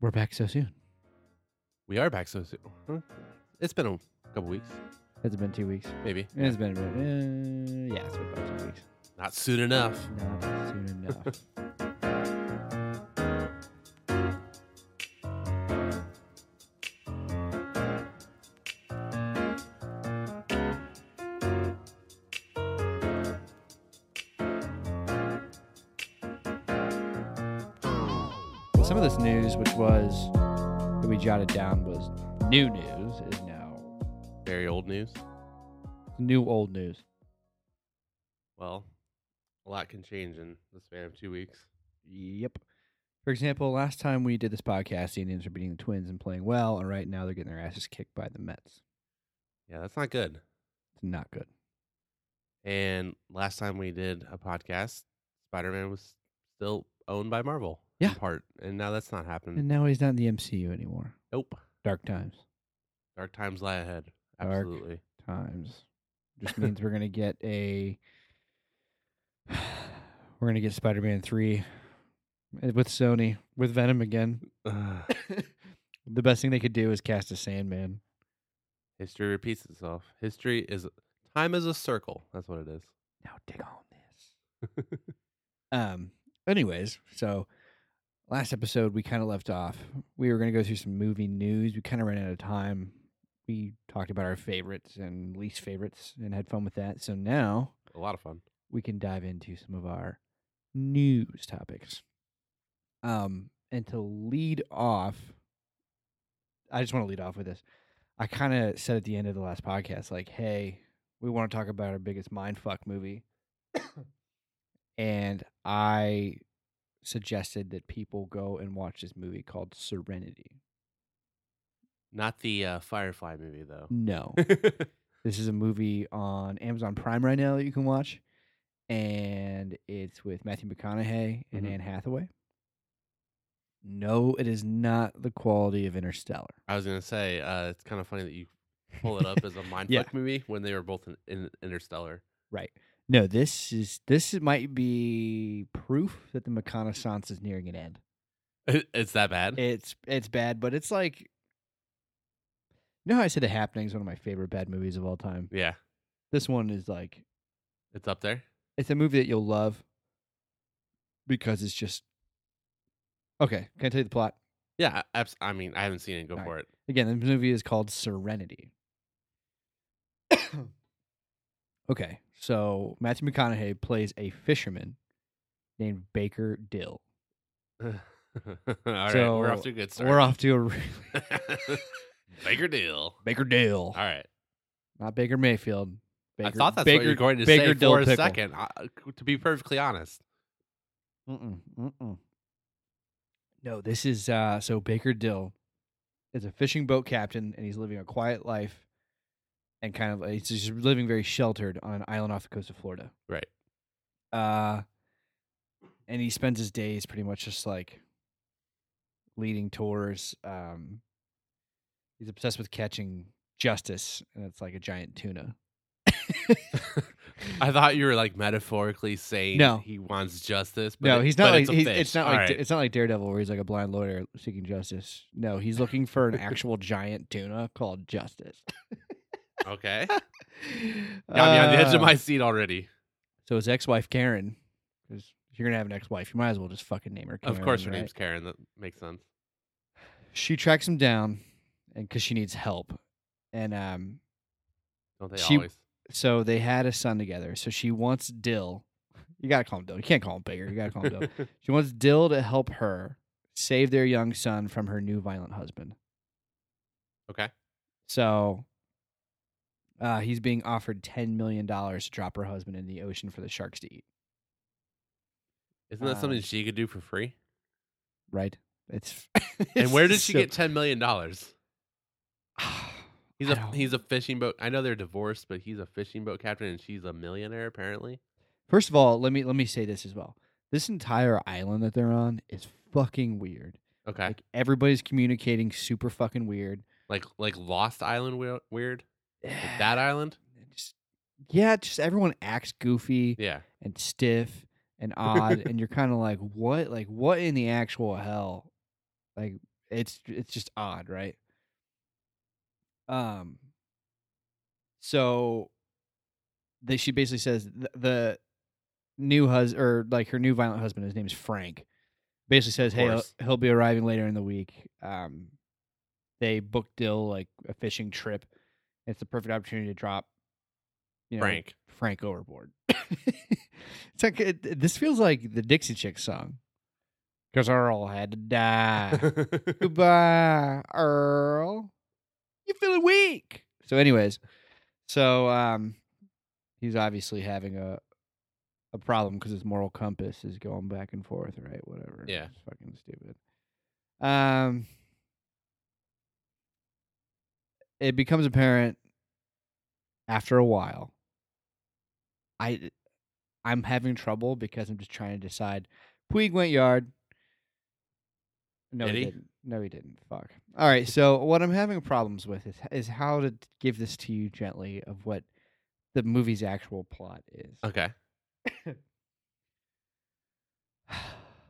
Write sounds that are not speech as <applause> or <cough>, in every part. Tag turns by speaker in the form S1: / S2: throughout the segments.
S1: We're back so soon.
S2: We are back so soon. Huh? It's been a couple weeks,
S1: It's been two weeks.
S2: maybe.
S1: It's been a bit. Uh, yeah, it's been about two weeks.
S2: Not soon enough.
S1: Not soon enough. <laughs> Some of this news, which was that we jotted down, was new news, is now
S2: Very old news.
S1: new old news.
S2: Well, a lot can change in the span of two weeks.
S1: Yep. For example, last time we did this podcast, the Indians were beating the Twins and playing well, and right now they're getting their asses kicked by the Mets.
S2: Yeah, that's not good.
S1: It's not good.
S2: And last time we did a podcast, Spider Man was still owned by Marvel.
S1: Yeah.
S2: In part. And now that's not happening.
S1: And now he's not in the MCU anymore.
S2: nope.
S1: Dark times.
S2: Dark times lie ahead.
S1: Dark.
S2: Absolutely.
S1: Times. Just means we're gonna get a <sighs> we're gonna get Spider Man three eh, with Sony, with Venom again.
S2: Ugh.
S1: the best thing they could do is cast a Sandman.
S2: History repeats itself. History is time is a circle. That's what it is.
S1: now dig on this. um. Anyways, so last episode we kind of left off. We were going to go through some movie news. We kind of ran out of time. We talked about our favorites and least favorites and had fun with that. So now
S2: A lot of fun.
S1: we can dive into some of our news topics. Um, and to lead off, I just want to lead off with this. I kind of said at the end of the last podcast, like, hey, we want to talk about our biggest mindfuck movie. and I suggested that people go and watch this movie called Serenity.
S2: Not the uh, Firefly movie though.
S1: No.
S2: <laughs>
S1: This is a movie on Amazon Prime right now that you can watch, and it's with Matthew McConaughey and
S2: Mhm.
S1: Anne Hathaway. No, it is not the quality of Interstellar.
S2: I was gonna say uh, it's kind of funny that you pull it up as
S1: <laughs>
S2: a mindfuck
S1: Yeah.
S2: movie when they were both in, in Interstellar.
S1: Right. No, this is this might be proof that the McConaissance is nearing an end.
S2: it's that bad.
S1: It's it's bad, but it's like you know how I said The Happening is one of my favorite bad movies of all time.
S2: yeah,
S1: This one is like
S2: it's up there.
S1: it's a movie that you'll love because it's just okay. Can I tell you the plot
S2: Yeah, I, abs- I mean I haven't seen it. Go
S1: Alright.
S2: for it.
S1: again? The movie is called Serenity. okay, so Matthew McConaughey plays a fisherman named Baker Dill.
S2: <laughs> All right, we're off
S1: So,
S2: to a good start.
S1: We're off to a re-
S2: <laughs> Baker Deal.
S1: <laughs> Baker Dill,
S2: All right,
S1: not Baker Mayfield. Baker,
S2: I thought that's
S1: Baker,
S2: what you're going to
S1: Baker
S2: say
S1: Dill
S2: for a
S1: Pickle.
S2: second. I, to be perfectly honest, <laughs>
S1: Mm-mm, mm-mm. No, this is uh, so Baker Dill is a fishing boat captain, and he's living a quiet life, and kind of uh, he's just living very sheltered on an island off the coast of Florida.
S2: Right.
S1: Uh, and he spends his days pretty much just like leading tours. Um, he's obsessed with catching justice, and it's like a giant tuna.
S2: I thought you were like metaphorically saying
S1: No.
S2: he wants justice. But
S1: No,
S2: it-
S1: he's not
S2: but
S1: like
S2: it's, a
S1: he's,
S2: fish.
S1: it's not
S2: All
S1: like
S2: right.
S1: it's not like Daredevil where he's like a blind lawyer seeking justice. No, he's looking for an actual <laughs> giant tuna called Justice. <laughs>
S2: okay. Got me on the edge of
S1: Uh,
S2: my seat already.
S1: So his ex-wife Karen, because if you're gonna have an ex-wife, you might as well just fucking name her. Karen,
S2: of course, her
S1: right?
S2: name's Karen. That makes sense.
S1: She tracks him down, and because she needs help, and um,
S2: Don't they
S1: She-
S2: always?
S1: so they had a son together. So she wants Dill. You gotta call him Dill. You can't call him Bigger. You gotta
S2: <laughs>
S1: call him Dill. She wants Dill to help her save their young son from her new violent husband.
S2: okay.
S1: So uh, he's being offered $10 million to drop her husband in the ocean for the sharks to eat,
S2: Isn't that something
S1: Um,
S2: she could do
S1: <laughs>
S2: for free?
S1: right? It's <laughs>
S2: And where did she
S1: so-
S2: get ten million dollars? He's
S1: I
S2: a
S1: don't-
S2: he's a fishing boat. I know they're divorced, but he's a fishing boat captain, and she's a millionaire apparently.
S1: <sighs> First of all, let me let me say this as well. This entire island that they're on is fucking weird.
S2: Okay, like
S1: Like everybody's communicating super fucking weird.
S2: like, Lost Island we- weird.
S1: <sighs>
S2: Like that island.
S1: Just- yeah, just everyone acts goofy
S2: Yeah,
S1: and stiff and odd and you're kind of like what? Like what in the actual hell? Like It's it's just odd, right? Um. So, that she basically says the, the new hus or like her new violent husband, his name is Frank. Basically says,
S2: Of
S1: hey, he'll,
S2: course.
S1: he'll be arriving later in the week. Um, they booked Dill like a fishing trip. It's the perfect opportunity to drop, you know,
S2: Frank.
S1: Frank overboard. <laughs> it's like it, this feels like the Dixie Chicks song. Because Earl had to
S2: <laughs>
S1: die. Goodbye, Earl. You're feeling weak. So, anyways, so um, he's obviously having a a problem because his moral compass is going back and forth, right? Whatever.
S2: Yeah.
S1: It's fucking stupid. Um, it becomes apparent after a while. I, I'm having trouble because I'm just trying to decide. Puig went yard. No,
S2: Did
S1: he
S2: he?
S1: didn't. No, he didn't. Fuck. All right. So what I'm having problems with is is how to give this to you gently of what the movie's actual plot is.
S2: okay.
S1: <sighs>
S2: <laughs>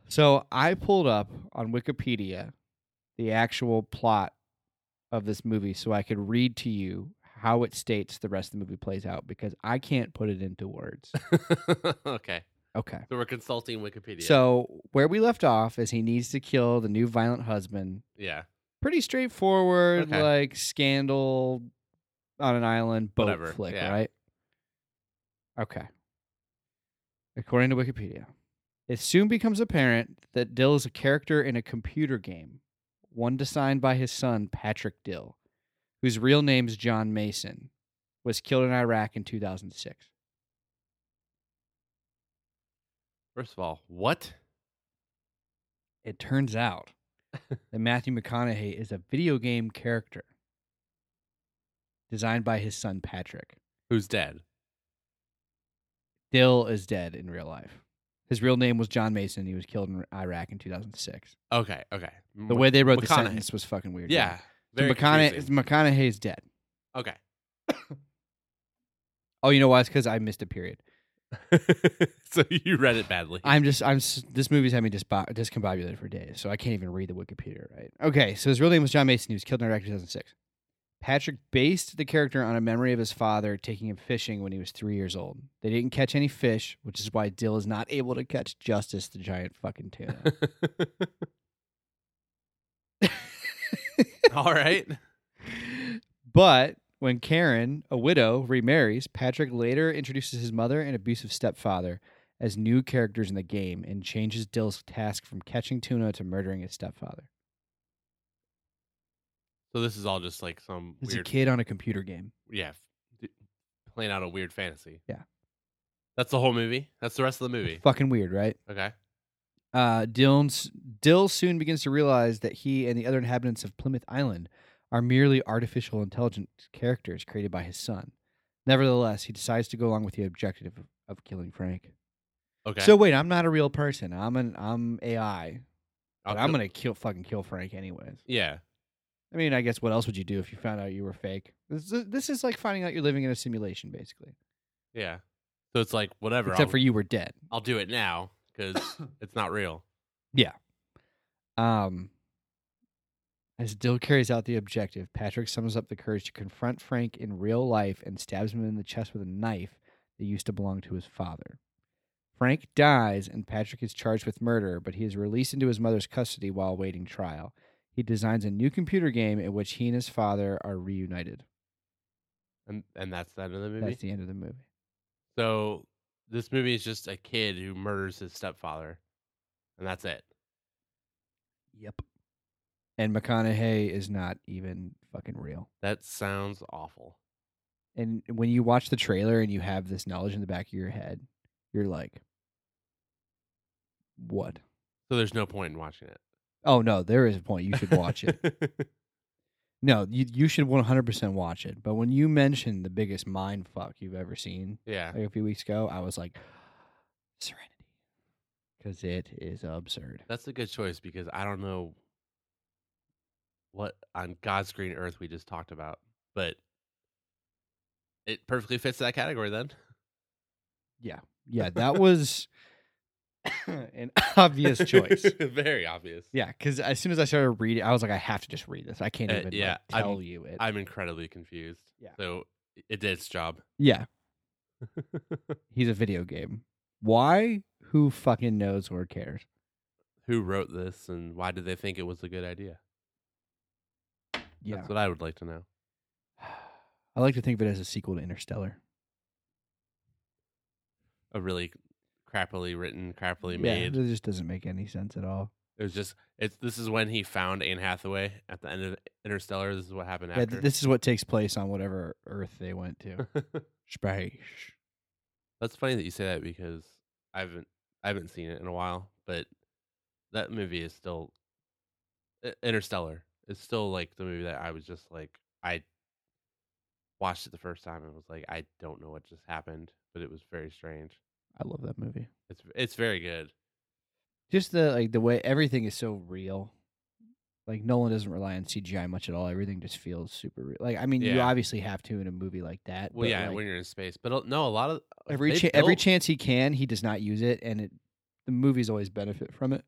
S1: So I pulled up on Wikipedia the actual plot of this movie so I could read to you how it states the rest of the movie plays out because I can't put it into words.
S2: okay.
S1: Okay.
S2: So we're consulting Wikipedia.
S1: So where we left off is he needs to kill the new violent husband.
S2: yeah,
S1: Pretty straightforward,
S2: Okay.
S1: like scandal on an island boat
S2: Whatever,
S1: flick,
S2: yeah.
S1: right? Okay. According to Wikipedia, it soon becomes apparent that Dill is a character in a computer game, one designed by his son Patrick Dill, whose real name is John Mason, was killed in Iraq in 2006.
S2: First of all, what?
S1: it turns out that Matthew McConaughey is a video game character designed by his son Patrick.
S2: Who's dead?
S1: Dill is dead in real life. His real name was John Mason. He was killed in Iraq in 2006.
S2: Okay, okay.
S1: The way they wrote the
S2: McConaughey.
S1: sentence was fucking weird.
S2: yeah,
S1: So
S2: very
S1: McConaughey,
S2: confusing.
S1: McConaughey is dead.
S2: okay.
S1: Oh, you know why? It's because I missed a period.
S2: <laughs> so you read it badly.
S1: I'm just, I'm, s- this movie's had me disbo- discombobulated for days, so I can't even read the Wikipedia right. Okay, so his real name was John Mason. He was killed in Iraq in 2006. Patrick based the character on a memory of his father taking him fishing when he was three years old. They didn't catch any fish, which is why Dill is not able to catch Justice, the giant fucking
S2: <laughs>
S1: tuna.
S2: <laughs> all right.
S1: but when Karen, a widow, remarries, Patrick later introduces his mother and abusive stepfather as new characters in the game and changes Dill's task from catching tuna to murdering his stepfather.
S2: So this is all just like some
S1: He's a
S2: weird,
S1: kid on a computer game.
S2: yeah, f- d- playing out a weird fantasy.
S1: Yeah.
S2: That's the whole movie. That's the rest of the movie.
S1: Fucking weird, right?
S2: Okay.
S1: Uh, Dill's, Dill soon begins to realize that he and the other inhabitants of Plymouth Island are merely artificial intelligent characters created by his son. Nevertheless, he decides to go along with the objective of, of killing Frank.
S2: Okay.
S1: So wait, I'm not a real person. I'm an I'm AI.
S2: I'll
S1: But I'm
S2: kill-
S1: gonna kill fucking kill Frank anyways.
S2: Yeah.
S1: I mean, I guess what else would you do if you found out you were fake? This is, this is like finding out you're living in a simulation, basically.
S2: Yeah. So it's like whatever.
S1: Except
S2: I'll,
S1: for you were dead.
S2: I'll do it now because
S1: <coughs>
S2: it's not real.
S1: Um, as Dill carries out the objective, Patrick summons up the courage to confront Frank in real life and stabs him in the chest with a knife that used to belong to his father. Frank dies, and Patrick is charged with murder, but he is released into his mother's custody while awaiting trial. He designs a new computer game in which he and his father are reunited.
S2: And and that's the end of the movie.
S1: That's the end of the movie.
S2: So this movie is just a kid who murders his stepfather, and that's it.
S1: Yep. And McConaughey is not even fucking real.
S2: That sounds awful.
S1: And when you watch the trailer and you have this knowledge in the back of your head, you're like, what?
S2: So there's no point in watching it.
S1: Oh, no, there is a point. You should watch
S2: <laughs>
S1: it. No, you, you should 100% watch it. But when you mentioned the biggest mind fuck you've ever seen
S2: yeah.
S1: like a few weeks ago, I was like, <gasps> Serenity. Because it is absurd.
S2: That's a good choice because I don't know what on God's green earth we just talked about, but it perfectly fits that category then. <laughs>
S1: Yeah, that was <coughs> an <laughs> obvious choice.
S2: Very obvious.
S1: Yeah, because as soon as I started reading, I was like, I have to just read this. I can't
S2: Uh,
S1: even like,
S2: yeah, I'm-
S1: tell you it.
S2: I'm incredibly confused.
S1: Yeah.
S2: So it did its job. <laughs>
S1: yeah, he's a video game. Why? Who fucking knows or cares?
S2: Who wrote this and why did they think it was a good idea?
S1: Yeah.
S2: That's what I would like to know.
S1: <sighs> I like to think of it as a sequel to Interstellar.
S2: A really crappily written, crappily
S1: Yeah,
S2: made.
S1: it just doesn't make any sense at all.
S2: It was just it's this is when he found Anne Hathaway at the end of Interstellar. This is what happened
S1: Yeah,
S2: after.
S1: th- this is what takes place on whatever Earth they went
S2: <laughs>
S1: to. Space.
S2: That's funny that you say that because I haven't I haven't seen it in a while, but that movie is still I- Interstellar. It's still like the movie that I was just like I watched it the first time and was like I don't know what just happened, but it was very strange.
S1: I love that movie.
S2: It's it's very good.
S1: Just the like the way everything is so real. Like Nolan doesn't rely on CGI much at all. Everything just feels super real. Like I mean, you
S2: Yeah.
S1: obviously have to in a movie like that.
S2: Well,
S1: but,
S2: yeah,
S1: like,
S2: when you're in space, but uh, no, a lot of
S1: every
S2: they
S1: cha- every
S2: built-
S1: chance he can, he does not use it, and it the movies always benefit from it.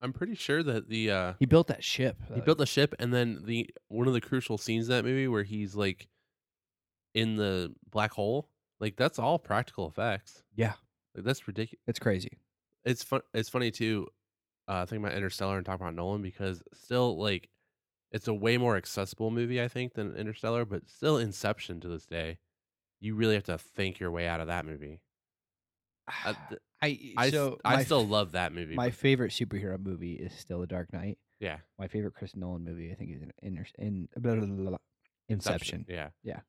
S2: I'm pretty sure that the uh,
S1: He built that ship.
S2: He
S1: though.
S2: built the ship, and then the one of the crucial scenes in that movie where he's like in the black hole, like that's all practical effects.
S1: Yeah.
S2: like, that's ridiculous.
S1: It's crazy.
S2: It's fun. It's funny too. Uh, thinking about Interstellar and talking about Nolan because still like it's a way more accessible movie I think than Interstellar, but still Inception to this day. You really have to think your way out of that movie. Uh,
S1: <sighs>
S2: th-
S1: I
S2: I s-
S1: so
S2: I
S1: my
S2: still
S1: f-
S2: love that movie.
S1: My
S2: but-
S1: favorite superhero movie is still The Dark Knight.
S2: yeah,
S1: My favorite Chris Nolan movie, I think, is in, in, in <laughs> blah, blah, blah, blah, Inception.
S2: Yeah.
S1: Yeah.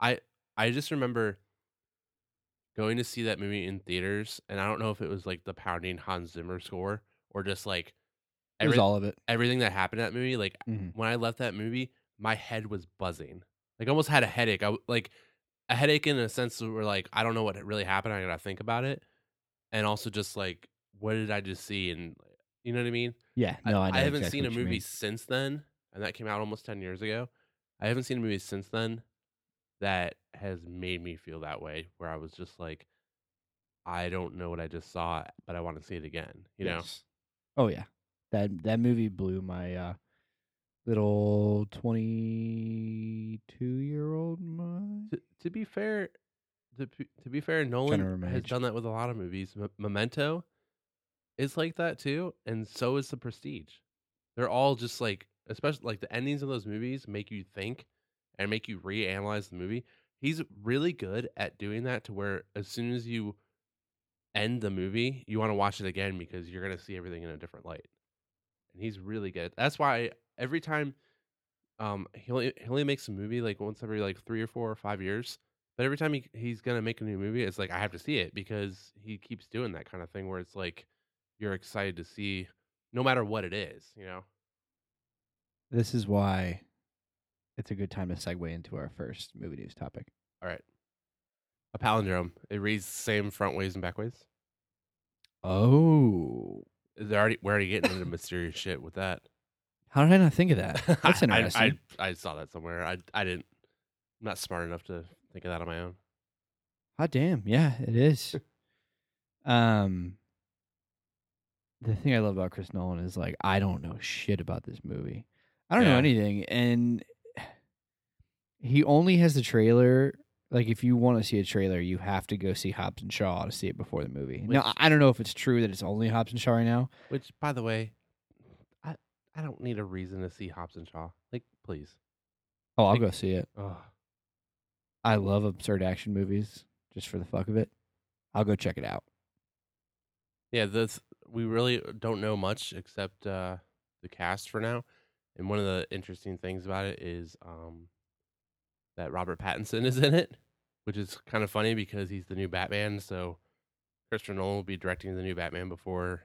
S2: I I just remember going to see that movie in theaters and I don't know if it was like the pounding Hans Zimmer score or just like
S1: It was
S2: every-
S1: all of it.
S2: everything that happened in that movie like
S1: Mhm.
S2: when I left that movie my head was buzzing. Like I almost had a headache. I w- like a headache in a sense where like I don't know what really happened. I got to think about it. And also just like what did I just see and you know what I mean?
S1: Yeah,
S2: I-
S1: no, I,
S2: I,
S1: know
S2: haven't
S1: exactly
S2: seen a
S1: what you
S2: movie
S1: mean.
S2: since then, and that came out almost ten years ago. I haven't seen a movie since then that has made me feel that way, where I was just like, I don't know what I just saw, but I want to see it again. You
S1: Yes. Oh yeah, that that movie blew my uh, little twenty-two year old mind.
S2: know. To, to be fair, to, p- to be fair,
S1: General
S2: Nolan has
S1: Mage.
S2: done that with a lot of movies. M- Memento is like that too, and so is The Prestige. They're all just like, especially like the endings of those movies make you think and make you reanalyze the movie. He's really good at doing that to where as soon as you end the movie, you want to watch it again because you're going to see everything in a different light. And he's really good. That's why every time um he only, he only makes a movie like once every like 3 or 4 or 5 years, but every time he, he's going to make a new movie, it's like I have to see it because he keeps doing that kind of thing where it's like you're excited to see no matter what it is, you know.
S1: This is why it's a good time to segue into our first movie news topic.
S2: All right. A palindrome. It reads the same front ways and back ways.
S1: Oh,
S2: They're already we're already
S1: <laughs>
S2: getting into mysterious shit with that.
S1: how did I not think of
S2: <laughs>
S1: that? That's
S2: I-
S1: interesting.
S2: I, I, I saw that somewhere. I I didn't. I'm not smart enough to think of that on my own.
S1: Hot damn, yeah, it
S2: <laughs>
S1: is. um the thing I love about Chris Nolan is like I don't know shit about this movie. I don't know
S2: Yeah.
S1: anything and he only has the trailer. Like if you want to see a trailer, you have to go see Hobbs and Shaw to see it before the movie. now
S2: Which-
S1: I- I don't know if it's true that it's only Hobbs and Shaw right now.
S2: Which, by the way, I I don't need a reason to see Hobbs and Shaw. Like, please.
S1: Oh, I'll
S2: Like-
S1: go see it.
S2: Ugh.
S1: I love absurd action movies just for the fuck of it. I'll go check it out.
S2: Yeah, this we really don't know much except uh, the cast for now. And one of the interesting things about it is um, that Robert Pattinson <laughs> is in it, which is kind of funny because he's the new Batman. So Christopher Nolan will be directing the new Batman before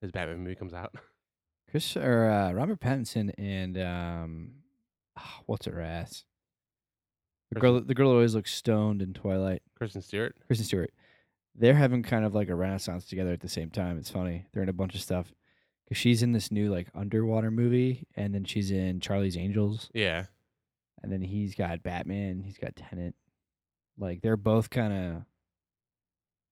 S2: his Batman movie comes out. <laughs>
S1: Chris or uh, Robert Pattinson and um, ah, what's her ass? The girl, the girl who always looks stoned in Twilight,
S2: Kristen Stewart.
S1: Kristen Stewart. They're having kind of like a renaissance together at the same time. It's funny. They're in a bunch of stuff because she's in this new like underwater movie, and then she's in Charlie's Angels,
S2: Yeah.
S1: and then he's got Batman, he's got Tenant. Like they're both kind of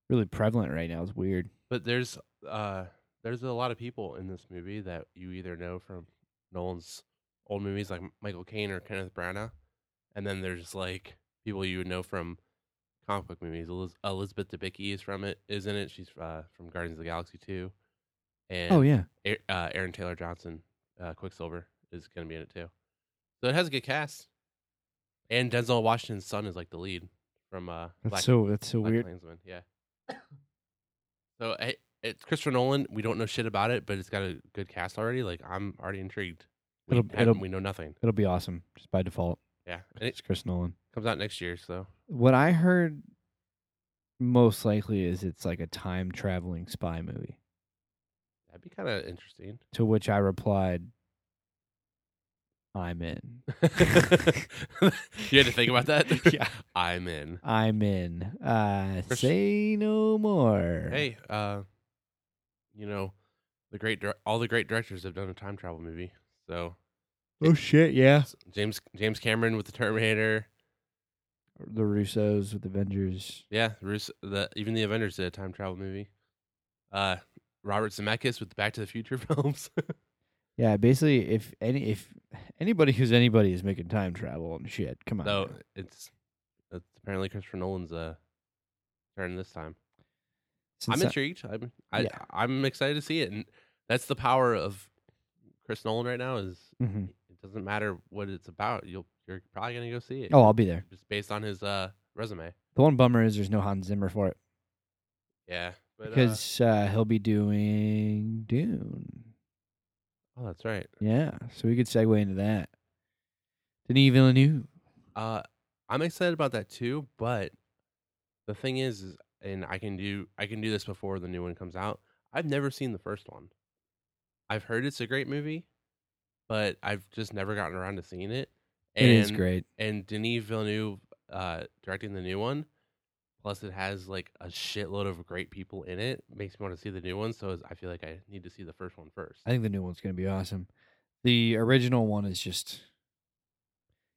S1: really prevalent right now. It's weird.
S2: But there's uh, there's a lot of people in this movie that you either know from Nolan's old movies like M- Michael Caine or Kenneth Branagh, and then there's like people you would know from comic book movies. Eliz- Elizabeth Debicki is from it, isn't it? She's uh, from Guardians of the Galaxy too. And
S1: Oh yeah.
S2: A- uh, Aaron Taylor Johnson, uh, Quicksilver, is going to be in it too. So it has a good cast. And Denzel Washington's son is like the lead from uh,
S1: That's
S2: Black,
S1: so that's so
S2: Black
S1: weird.
S2: Klansman. Yeah. so it, it's Christopher Nolan. We don't know shit about it, but it's got a good cast already. Like I'm already intrigued. We,
S1: It'll-
S2: haven't-
S1: it'll-
S2: we know nothing.
S1: It'll be awesome just by default.
S2: Yeah, and it
S1: It's Chris Nolan.
S2: comes out next year. So
S1: What I heard most likely is it's like a time traveling spy movie.
S2: that'd be kind of
S1: <laughs>
S2: interesting. <laughs>
S1: To which I replied, "I'm
S2: <laughs>
S1: in."
S2: you had to think about
S1: <laughs>
S2: that.
S1: yeah,
S2: I'm in.
S1: I'm in. Uh,
S2: Chris-
S1: say no more.
S2: Hey, uh, you know, the great dir- all the great directors have done a time travel movie. So
S1: Oh shit! Yeah.
S2: James James Cameron with the Terminator,
S1: The Russos with Avengers.
S2: yeah, Rus- the even the Avengers did a time travel movie. Uh, Robert Zemeckis with the Back to the Future <laughs> films.
S1: Yeah, basically, if any if anybody who's anybody is making time travel and shit, come on.
S2: so
S1: now.
S2: it's, it's apparently Christopher Nolan's uh turn this time.
S1: Since
S2: I'm
S1: I-
S2: intrigued. I'm I,
S1: Yeah.
S2: I'm excited to see it, and that's the power of Chris Nolan right now. Is
S1: Mhm.
S2: it doesn't matter what it's about. You'll you're probably gonna go see it.
S1: Oh, I'll be there.
S2: just based on his uh resume.
S1: The one bummer is there's no Hans Zimmer for it
S2: Yeah, but, uh,
S1: because uh, he'll be doing Dune.
S2: oh, that's right.
S1: Yeah, so we could segue into that. Denis Villeneuve.
S2: Uh, I'm excited about that too. But the thing is, is, and I can do I can do this before the new one comes out. I've never seen the first one. I've heard it's a great movie, but I've just never gotten around to seeing it. And,
S1: it is great.
S2: And Denis Villeneuve uh, directing the new one, plus it has like a shitload of great people in it, makes me want to see the new one. So I feel like I need to see the first one first.
S1: I think the new one's going to be awesome. The original one is just.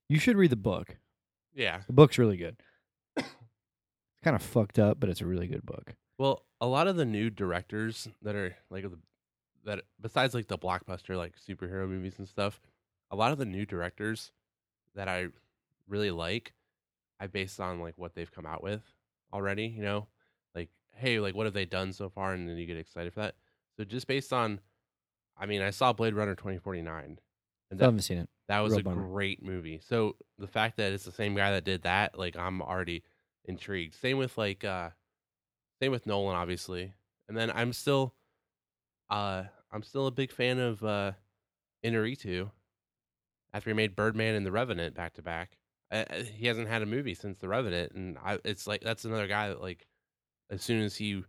S1: You should read the book.
S2: yeah.
S1: The book's really good. <coughs> it's kind of fucked up, but it's a really good book.
S2: Well, a lot of the new directors that are like the, that besides like the blockbuster like superhero movies and stuff, a lot of the new directors that I really like, I based on like what they've come out with already, you know? Like, hey, like what have they done so far and then you get excited for that. So just based on I mean, I saw Blade Runner 2049 and
S1: I
S2: that,
S1: haven't seen it.
S2: that was
S1: real
S2: a
S1: bummer.
S2: great movie. So the fact that it's the same guy that did that, like I'm already intrigued. Same with like uh same with Nolan obviously. And then I'm still uh I'm still a big fan of uh Inarritu after he made Birdman and The Revenant back to back. Uh, uh, He hasn't had a movie since The Revenant and I it's like that's another guy that like as soon as he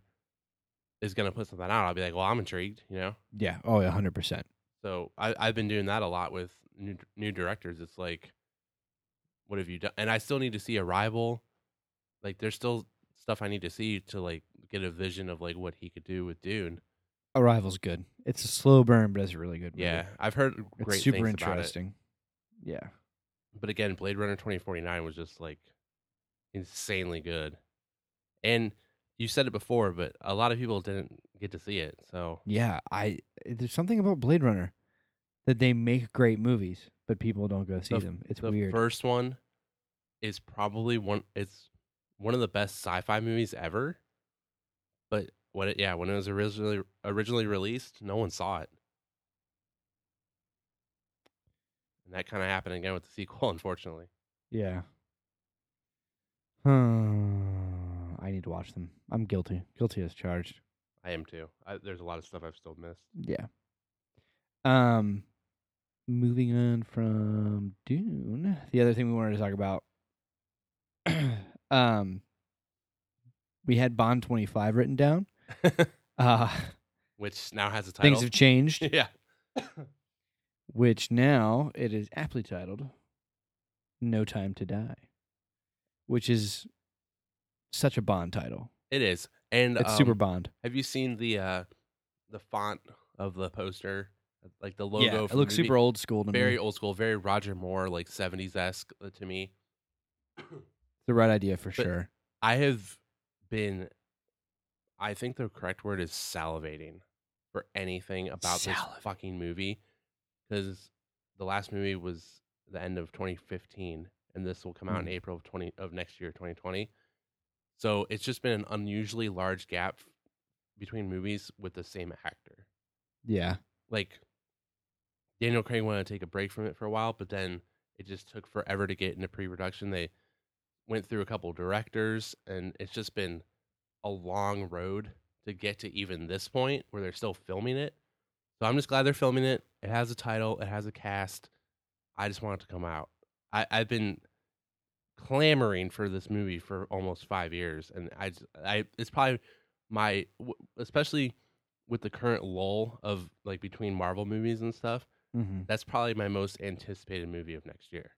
S2: is going to put something out, I'll be like, "Well, I'm intrigued," you know?
S1: Yeah. Oh, yeah, 100%.
S2: So I, I've been doing that a lot with new new directors. It's like, what have you done? And I still need to see Arrival. Like, there's still stuff I need to see to like get a vision of like what he could do with Dune.
S1: Arrival's good. It's a slow burn, but it's a really good movie.
S2: Yeah, I've heard
S1: It's
S2: great
S1: super
S2: things
S1: interesting. Yeah.
S2: about it. But again, Blade Runner 2049 was just like insanely good. And you said it before, but a lot of people didn't get to see it. So
S1: Yeah. I there's something about Blade Runner that they make great movies, but people don't go see
S2: The-
S1: them. It's
S2: the
S1: weird.
S2: first one is probably one. It's one of the best sci-fi movies ever. But when it, yeah, when it was originally originally released, no one saw it, and that kind of happened again with the sequel. <laughs> Unfortunately,
S1: yeah. Hmm. I need to watch them. I'm guilty. Guilty as charged.
S2: I am too. I, there's a lot of stuff I've still missed.
S1: Yeah. Um moving on from Dune, the other thing we wanted to talk about <clears throat> um we had Bond 25 written
S2: <laughs>
S1: down. Uh
S2: Which now has a title. <laughs>
S1: things have changed,
S2: yeah,
S1: which now it is aptly titled No Time to Die, which is such a Bond title.
S2: it is. And
S1: It's super
S2: um,
S1: Bond.
S2: Have you seen the uh the font of the poster, like the logo?
S1: Yeah,
S2: from
S1: it
S2: the
S1: looks
S2: movie?
S1: super old school to
S2: very
S1: me.
S2: old school, very Roger Moore, like seventies esque to me.
S1: The right idea for sure.
S2: I have been, I think the correct word is salivating for anything about
S1: Saliv-
S2: this fucking movie because the last movie was the end of 2015 and this will come out in
S1: Mhm.
S2: April of 20 of next year 2020. So it's just been an unusually large gap between movies with the same actor.
S1: Yeah.
S2: Like Daniel Craig wanted to take a break from it for a while, but then it just took forever to get into pre-production. They went through a couple directors and it's just been a long road to get to even this point where they're still filming it. So I'm just glad they're filming it. It has a title, it has a cast. I just want it to come out. I, I've been clamoring for this movie for almost five years, and I, j- I- it's probably my, w- especially with the current lull of like between Marvel movies and stuff.
S1: Mm-hmm.
S2: That's probably my most anticipated movie of next year.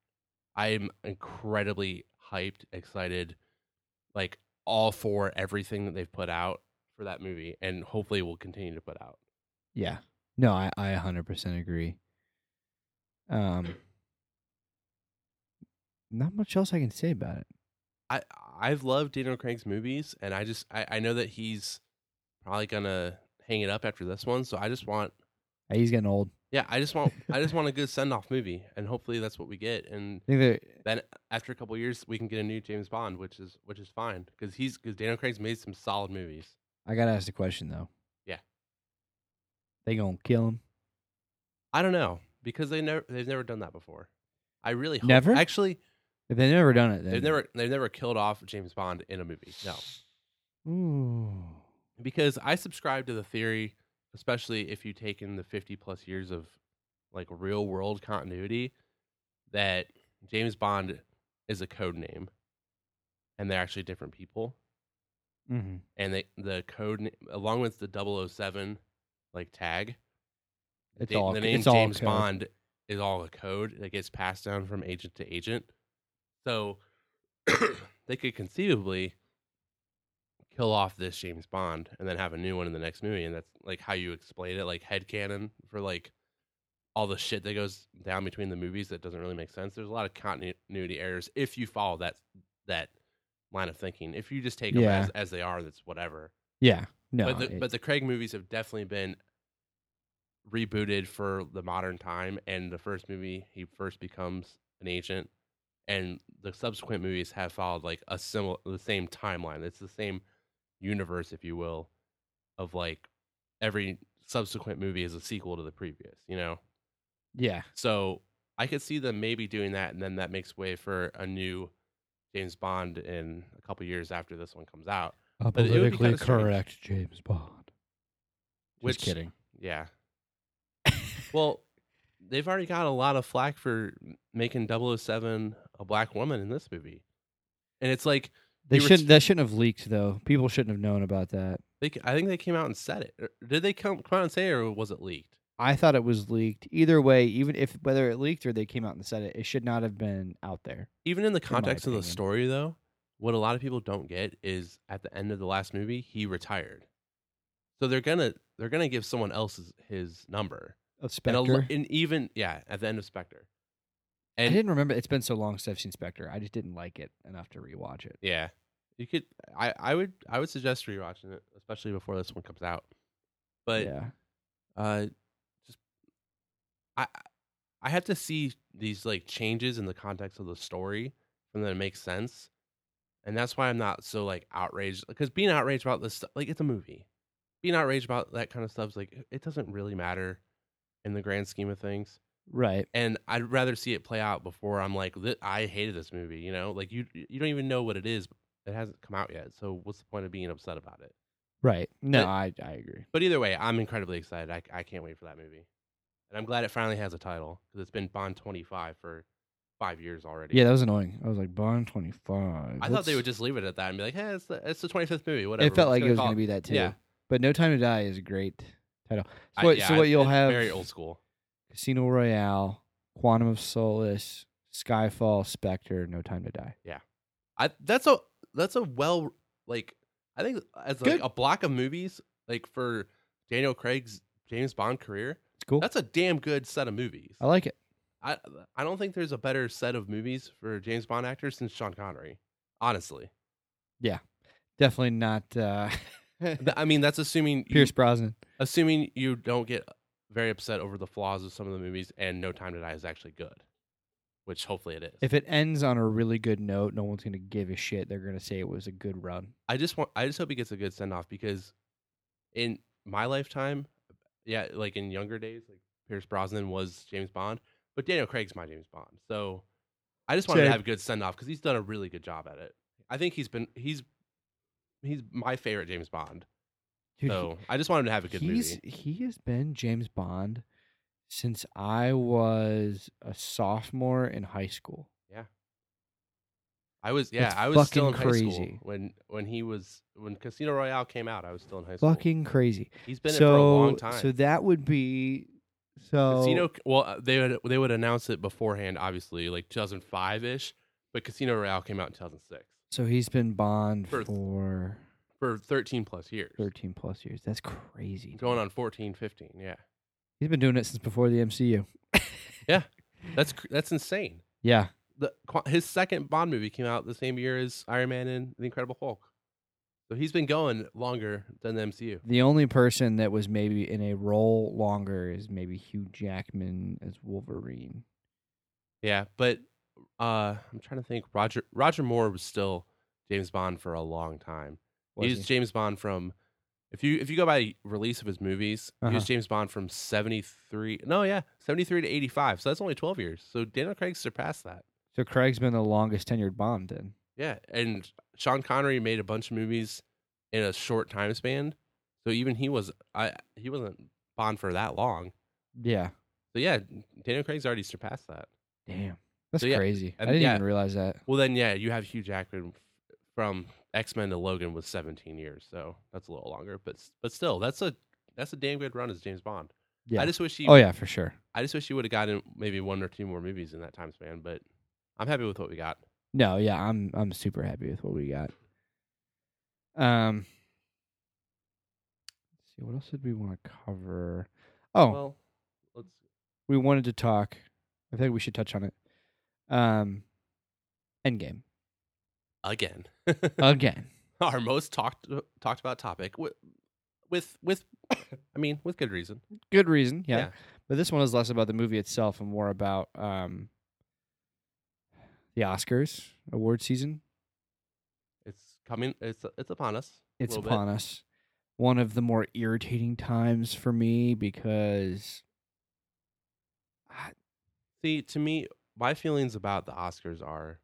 S2: I am incredibly hyped, excited, like all for everything that they've put out for that movie, and hopefully will continue to put out.
S1: Yeah. No, I, I 100% agree. Um, not much else I can say about it.
S2: I I've loved Daniel Craig's movies, and I just I, I know that he's probably gonna hang it up after this one. So I just want
S1: Uh, He's getting old.
S2: yeah I just want I just want a good send off movie, and hopefully that's what we get. And
S1: I think that
S2: then after a couple years, we can get a new James Bond, which is which is fine because he's because Daniel Craig's made some solid movies.
S1: I gotta ask the question though.
S2: Yeah.
S1: They gonna kill him?
S2: I don't know because they never they've never done that before. I really hope,
S1: Never?
S2: actually
S1: If they never done it, then
S2: they've never they've never killed off James Bond in a movie. No.
S1: Ooh.
S2: because I subscribe to the theory, especially if you take in the 50 plus years of like real world continuity, that James Bond is a code name and they're actually different people.
S1: Mm-hmm.
S2: And they, the code, na- along with the 007 like tag,
S1: It's
S2: da-
S1: all
S2: the
S1: c-
S2: name
S1: it's all
S2: James
S1: code.
S2: Bond is all a code that gets passed down from agent to agent. So <clears throat> they could conceivably kill off this James Bond and then have a new one in the next movie, and that's like how you explain it, like headcanon for like all the shit that goes down between the movies that doesn't really make sense. There's a lot of continuity errors if you follow that that line of thinking. If you just take them
S1: Yeah.
S2: as, as they are, that's whatever
S1: Yeah. No.
S2: but the,
S1: it-
S2: but the Craig movies have definitely been rebooted for the modern time. And the first movie, he first becomes an agent, and the subsequent movies have followed like a similar the same timeline. It's the same universe, if you will, of like every subsequent movie is a sequel to the previous. You know,
S1: yeah.
S2: so I could see them maybe doing that, and then that makes way for a new James Bond in a couple years after this one comes out.
S1: A
S2: but it would be kinda strange.
S1: James Bond.
S2: Which-
S1: Just kidding.
S2: Yeah. well, they've already got a lot of flack for making 007 a black woman in this movie. And it's like
S1: They
S2: you were
S1: should
S2: s-
S1: not that shouldn't have leaked though. People shouldn't have known about that.
S2: they c- I think they came out and said it. Or Did they come come out and say it or was it leaked?
S1: I thought it was leaked. Either way, even if whether it leaked or they came out and said it, it should not have been out there.
S2: Even in the
S1: my
S2: context of the
S1: opinion.
S2: story though, what a lot of people don't get is at the end of the last movie, he retired. So they're going to they're going to give someone else his, his number.
S1: Of
S2: And,
S1: Spectre.
S2: a, lo- and even yeah, at the end of Spectre.
S1: I
S2: And
S1: didn't remember. It's been so long since I've seen Spectre. I just didn't like it enough to rewatch it.
S2: Yeah. You could I, I would I would suggest rewatching it, especially before this one comes out. But
S1: yeah.
S2: uh just I I have to see these like changes in the context of the story and then it makes sense. And that's why I'm not so like outraged because being outraged about this stuff like it's a movie. Being outraged about that kind of stuff is like it doesn't really matter in the grand scheme of things
S1: Right.
S2: and I'd rather see it play out before I'm like, "Th- I hated this movie. You know, like you you don't even know what it is. It hasn't come out yet, so what's the point of being upset about it?
S1: Right. No,
S2: But-
S1: I I agree.
S2: But either way, I'm incredibly excited. I I can't wait for that movie, and I'm glad it finally has a title because it's been Bond 25 for five years already.
S1: Yeah, that was annoying. I was like Bond twenty five.
S2: I thought they would just leave it at that and be like, "Hey, it's the it's the 25th movie. Whatever."
S1: It felt like it was
S2: call
S1: going to be that too.
S2: Yeah.
S1: But No Time to Die is a great title. So,
S2: I-
S1: what,
S2: yeah,
S1: so what
S2: it's-
S1: you'll
S2: it's
S1: have
S2: very old school.
S1: Casino Royale, Quantum of Solace, Skyfall, Spectre, No Time to Die.
S2: I that's a that's a well like I think as like
S1: Good.
S2: a block of movies like for Daniel Craig's James Bond career,
S1: It's cool.
S2: that's a damn good set of movies.
S1: I like it.
S2: I I don't think there's a better set of movies for James Bond actors since Sean Connery. Honestly,
S1: Definitely not uh <laughs>
S2: Th- I mean, that's assuming you,
S1: Pierce Brosnan.
S2: assuming you don't get very upset over the flaws of some of the movies, and No Time to Die is actually good, which hopefully it is.
S1: If it ends on a really good note, no one's gonna give a shit. They're gonna say it was a good run.
S2: I just want I just hope he gets a good send off because in my lifetime, yeah, like in younger days, like Pierce Brosnan was James Bond, but Daniel Craig's my James Bond. So I just wanted
S1: Same.
S2: to have a good send off because he's done a really good job at it. I think he's been he's he's my favorite James Bond.
S1: Dude, he-
S2: so I just want him to have a good
S1: he's
S2: movie.
S1: he has been James Bond since I was a sophomore in high school.
S2: I was yeah,
S1: it's
S2: I was still in
S1: fucking
S2: high school
S1: crazy.
S2: when when he was when Casino Royale came out. I was still in high school.
S1: Fucking crazy.
S2: he's been
S1: so
S2: in it for a long time.
S1: so that would be so
S2: Casino. Well, uh, they would they would announce it beforehand, obviously, like 2005 ish. But Casino Royale came out in 2006
S1: So he's been Bond
S2: For-
S1: for
S2: for 13 plus years,
S1: 13 plus years. That's crazy. dude.
S2: going on 14, 15. Yeah,
S1: He's been doing it since before the MCU.
S2: that's cr- that's insane.
S1: Yeah.
S2: The, qu- his second Bond movie came out the same year as Iron Man and The Incredible Hulk. So he's been going longer than the MCU.
S1: The only person that was maybe in a role longer is maybe Hugh Jackman as Wolverine.
S2: Yeah, but uh, I'm trying to think. Roger Roger Moore was still James Bond for a long time.
S1: was
S2: he was
S1: he?
S2: James Bond from if you if you go by release of his movies, he was
S1: Uh-huh.
S2: James Bond from seventy three. No, yeah, seventy three to eighty five. So that's only twelve years. So Daniel Craig surpassed that.
S1: So Craig's been the longest tenured Bond then.
S2: Yeah, and Sean Connery made a bunch of movies in a short time span. So even he was I he wasn't Bond for that long.
S1: Yeah.
S2: So yeah, Daniel Craig's already surpassed that.
S1: Damn. That's
S2: So, yeah,
S1: crazy. I
S2: and
S1: didn't
S2: yeah.
S1: even realize that.
S2: Well then, yeah, you have Hugh Jackman f- from X Men to Logan was seventeen years. So that's a little longer, but s- but still, that's a that's a damn good run as James Bond.
S1: Yeah.
S2: I just wish he
S1: oh yeah, for sure.
S2: I just wish you would have gotten maybe one or two more movies in that time span, but I'm happy with what we got.
S1: No, yeah, I'm I'm super happy with what we got. Um Let's see what else did we want to cover? Oh,
S2: Well, let's
S1: we wanted to talk. I think we should touch on it. Um, Endgame
S2: again.
S1: again.
S2: <laughs> Our most talked talked about topic with with, with I mean, with good reason.
S1: Good reason, yeah.
S2: Yeah.
S1: But this one is less about the movie itself and more about um, the Oscars award season.
S2: It's coming it's it's upon us. a
S1: It's
S2: little
S1: upon us. One of the more irritating times for me because
S2: Bit. See, to me, my feelings about the Oscars are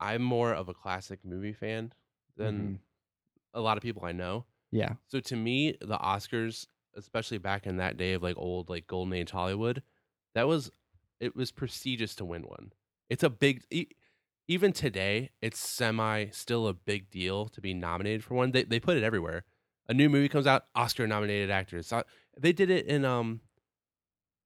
S2: I'm more of a classic movie fan than
S1: Mhm.
S2: a lot of people I know.
S1: yeah,
S2: So to me, the Oscars, especially back in that day of like old like golden age Hollywood, that was it was prestigious to win one. It's a big e- even today, it's semi still a big deal to be nominated for one. They they put it everywhere. A new movie comes out, Oscar nominated actors. So they did it in um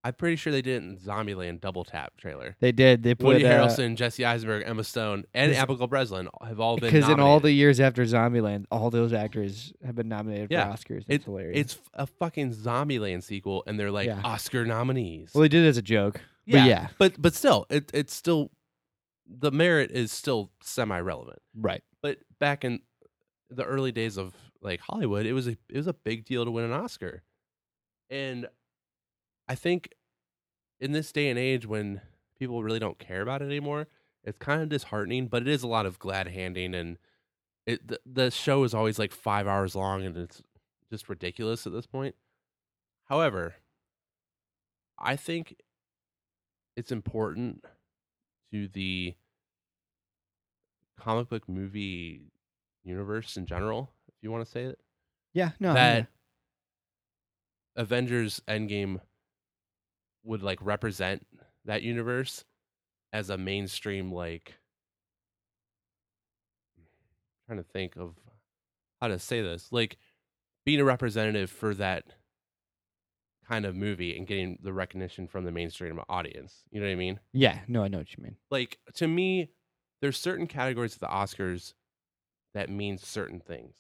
S2: I'm pretty sure they did it in Zombieland Double Tap trailer.
S1: they did. They put
S2: Woody
S1: uh,
S2: Harrelson, Jesse Eisenberg, Emma Stone, and
S1: This-
S2: Abigail Breslin have all been
S1: because in all
S2: nominated.
S1: the years after Zombieland, all those actors have been nominated
S2: Yeah.
S1: for Oscars. That's hilarious.
S2: It's f- a fucking Zombieland sequel, and they're like
S1: Yeah.
S2: Oscar nominees.
S1: well, they did it as a joke. But yeah,
S2: but but still, it it's still the merit is still semi relevant.
S1: right.
S2: But back in the early days of like Hollywood, it was a it was a big deal to win an Oscar, and I think in this day and age when people really don't care about it anymore, it's kind of disheartening. But it is a lot of glad handing, and it the, the show is always like five hours long, and it's just ridiculous at this point. However, I think it's important to the comic book movie universe in general, if you want to say it,
S1: Oh, Yeah, no.
S2: that Avengers Endgame would like represent that universe as a mainstream like trying to think of how to say this like being a representative for that kind of movie and getting the recognition from the mainstream audience you know what i mean
S1: yeah, no, I know what you mean.
S2: like to me there's certain categories of the oscars that mean certain things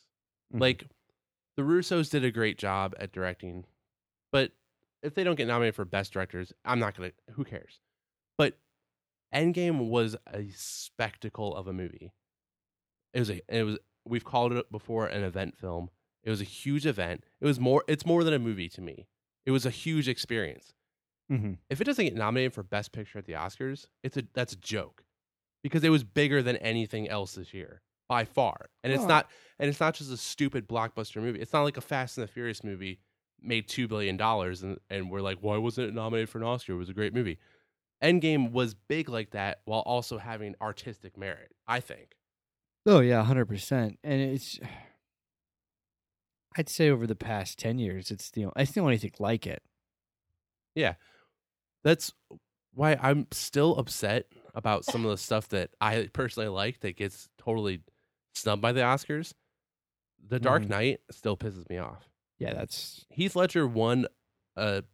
S1: Mhm.
S2: like the russos did a great job at directing but if they don't get nominated for best directors i'm not gonna who cares but endgame was a spectacle of a movie it was a it was we've called it before an event film. It was a huge event. It was more it's more than a movie to me. It was a huge experience.
S1: Mm-hmm.
S2: If it doesn't get nominated for best picture at the Oscars, it's a that's a joke. Because it was bigger than anything else this year by far. And it's
S1: Oh.
S2: not and it's not just a stupid blockbuster movie. It's not like a Fast and the Furious movie made 2 billion dollars and and we're like why wasn't it nominated for an Oscar? It was a great movie. Endgame was big like that while also having artistic merit, I think.
S1: Oh yeah, hundred percent. And it's, I'd say over the past ten years, it's the o- it's the only thing like it.
S2: that's why I'm still upset about some of the stuff that I personally like that gets totally snubbed by the Oscars. The Dark
S1: Mhm.
S2: Knight still pisses me off.
S1: Yeah, that's
S2: Heath Ledger won a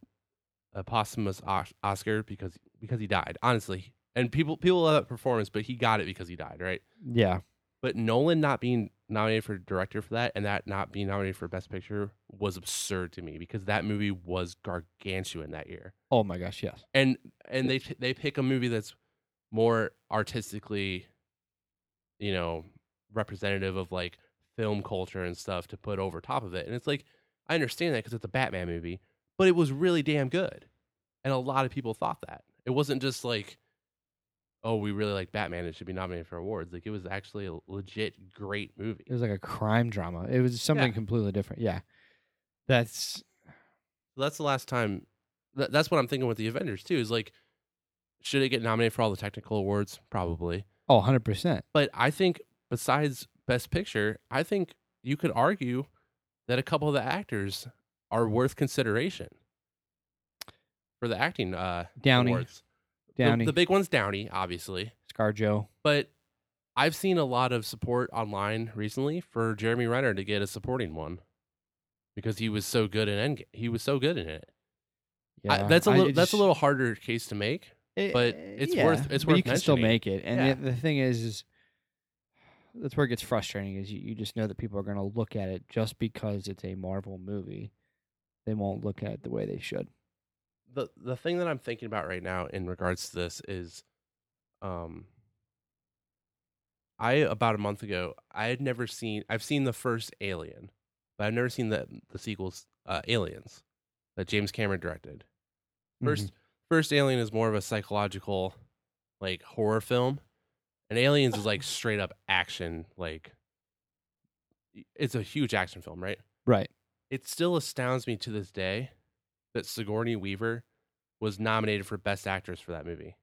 S2: a posthumous Os- Oscar because because he died, honestly. And people people love that performance, but he got it because he died, right?
S1: yeah.
S2: But Nolan not being nominated for director for that and that not being nominated for best picture was absurd to me because that movie was gargantuan that year
S1: Oh my gosh, yes.
S2: and and they they pick a movie that's more artistically you know representative of like film culture and stuff to put over top of it and it's like i understand that because it's a batman movie but it was really damn good and a lot of people thought that it wasn't just like oh we really like batman it should be nominated for awards like it was actually a legit great movie
S1: It was like a crime drama. It was something
S2: Yeah.
S1: completely different. Yeah, that's
S2: So that's the last time. Th- that's what I'm thinking with the Avengers too. Is like, should it get nominated for all the technical awards? Probably.
S1: oh 100 percent.
S2: But I think besides Best Picture, I think you could argue that a couple of the actors are worth consideration for the acting uh,
S1: Downey,
S2: awards. The-
S1: Downey,
S2: the big one's Downey, obviously.
S1: ScarJo.
S2: But I've seen a lot of support online recently for Jeremy Renner to get a supporting one because he was so good in Endgame. He was so good in it. I-
S1: Yeah,
S2: that's a
S1: I-
S2: little
S1: it
S2: that's a
S1: just-
S2: little harder case to make.
S1: it-
S2: but
S1: uh,
S2: it's worth- it's
S1: but You
S2: worth
S1: can still
S2: mentioning.
S1: make it, and
S2: Yeah.
S1: the, the thing is, is that's where it gets frustrating. Is you, you just know that people are going to look at it just because it's a Marvel movie, they won't look at it the way they should.
S2: The the thing that I'm thinking about right now in regards to this is um I about a month ago, I had never seen I've seen the first Alien, but I've never seen the the sequels uh Aliens that James Cameron directed. 1st first Alien is more of a psychological like horror film. And Aliens is like straight up action like it's a huge action film, right?
S1: Mm-hmm. right?
S2: it still astounds me to this day that Sigourney Weaver was nominated for Best Actress for that movie.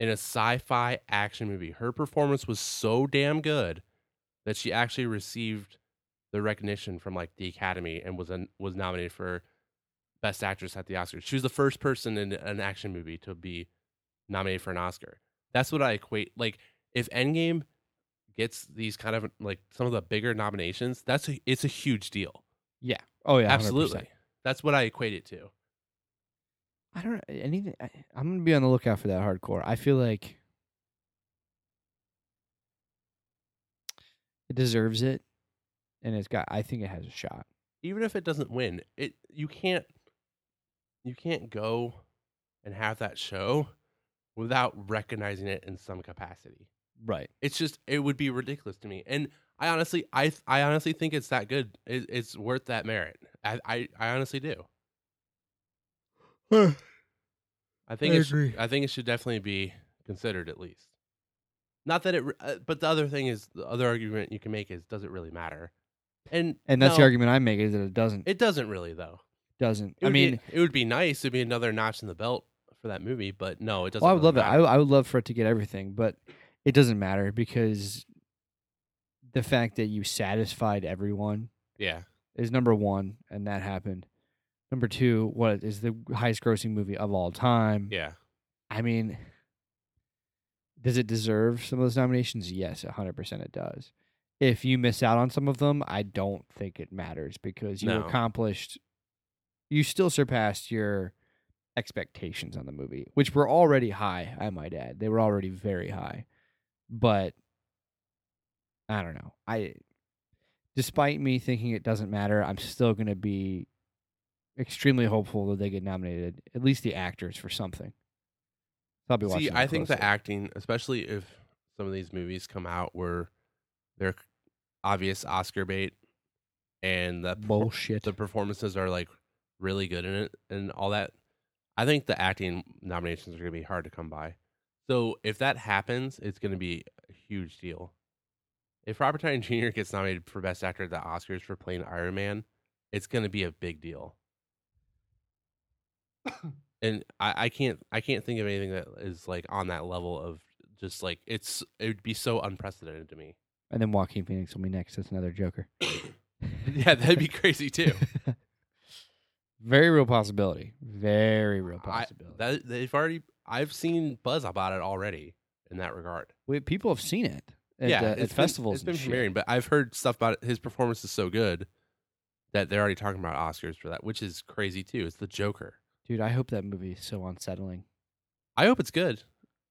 S2: In a sci fi action movie, her performance was so damn good that she actually received the recognition from like the Academy and was an, was nominated for Best Actress at the Oscars. She was the first person in an action movie to be nominated for an Oscar. That's what I equate. Like, if Endgame gets these kind of like some of the bigger nominations, that's a, it's a huge deal.
S1: Yeah. Oh yeah. 100%.
S2: Absolutely. That's what I equate it to.
S1: I don't anything. I, I'm gonna be on the lookout for that hardcore. I feel like it deserves it, and it's got. I think it has a shot.
S2: Even if it doesn't win, it you can't you can't go and have that show without recognizing it in some capacity.
S1: Right.
S2: It's just it would be ridiculous to me. And I honestly I I honestly think it's that good. It, it's worth that merit. I I, I honestly do. I think
S1: I
S2: it sh-
S1: agree.
S2: I think it should definitely be considered at least. Not that it, re- uh, but the other thing is the other argument you can make is does it really matter? And
S1: And that's the
S2: no,
S1: argument I make is that it doesn't. It
S2: It doesn't really though.
S1: doesn't.
S2: It
S1: I
S2: would be-
S1: mean,
S2: it would be nice to be another notch in the belt for that movie, but no, it doesn't.
S1: Well, I would
S2: really
S1: love it. I,
S2: matter.
S1: I would love for it to get everything, but it doesn't matter because the fact that you satisfied everyone
S2: yeah,
S1: is number one, and that happened. Number two, what is the highest grossing movie of all time?
S2: yeah.
S1: I mean, does it deserve some of those nominations? Yes, 100% it does. If you miss out on some of them, I don't think it matters because you
S2: No.
S1: accomplished, you still surpassed your expectations on the movie, which were already high, I might add. They were already very high. But I don't know. I, despite me thinking it doesn't matter, I'm still going to be extremely hopeful that they get nominated, at least the actors, for something. So I'll be watching.
S2: See,
S1: them
S2: I think the
S1: closely.
S2: acting, especially if some of these movies come out where they're obvious Oscar bait, and the perfor-
S1: Bullshit.
S2: the performances are like really good in it and all that. I think the acting nominations are going to be hard to come by. So if that happens, it's going to be a huge deal. If Robert Downey Jr. gets nominated for Best Actor at the Oscars for playing Iron Man, it's going to be a big deal. and I, I can't I can't think of anything that is like on that level of just like it's it would be so unprecedented to me. <coughs>
S1: and then Joaquin Phoenix will be next. That's another Joker.
S2: <laughs> Yeah, that'd be crazy too.
S1: <laughs> Very real possibility. Very real
S2: I-
S1: possibility.
S2: that they've already I've seen buzz about it already in that regard.
S1: Wait, people have seen it. At,
S2: yeah,
S1: uh,
S2: it's
S1: at
S2: been-
S1: festivals.
S2: It's been
S1: and shit.
S2: premiering, but I've heard stuff about it. His performance is so good that they're already talking about Oscars for that, which is crazy too. It's the Joker.
S1: Dude, I hope that movie is so unsettling.
S2: I hope it's good.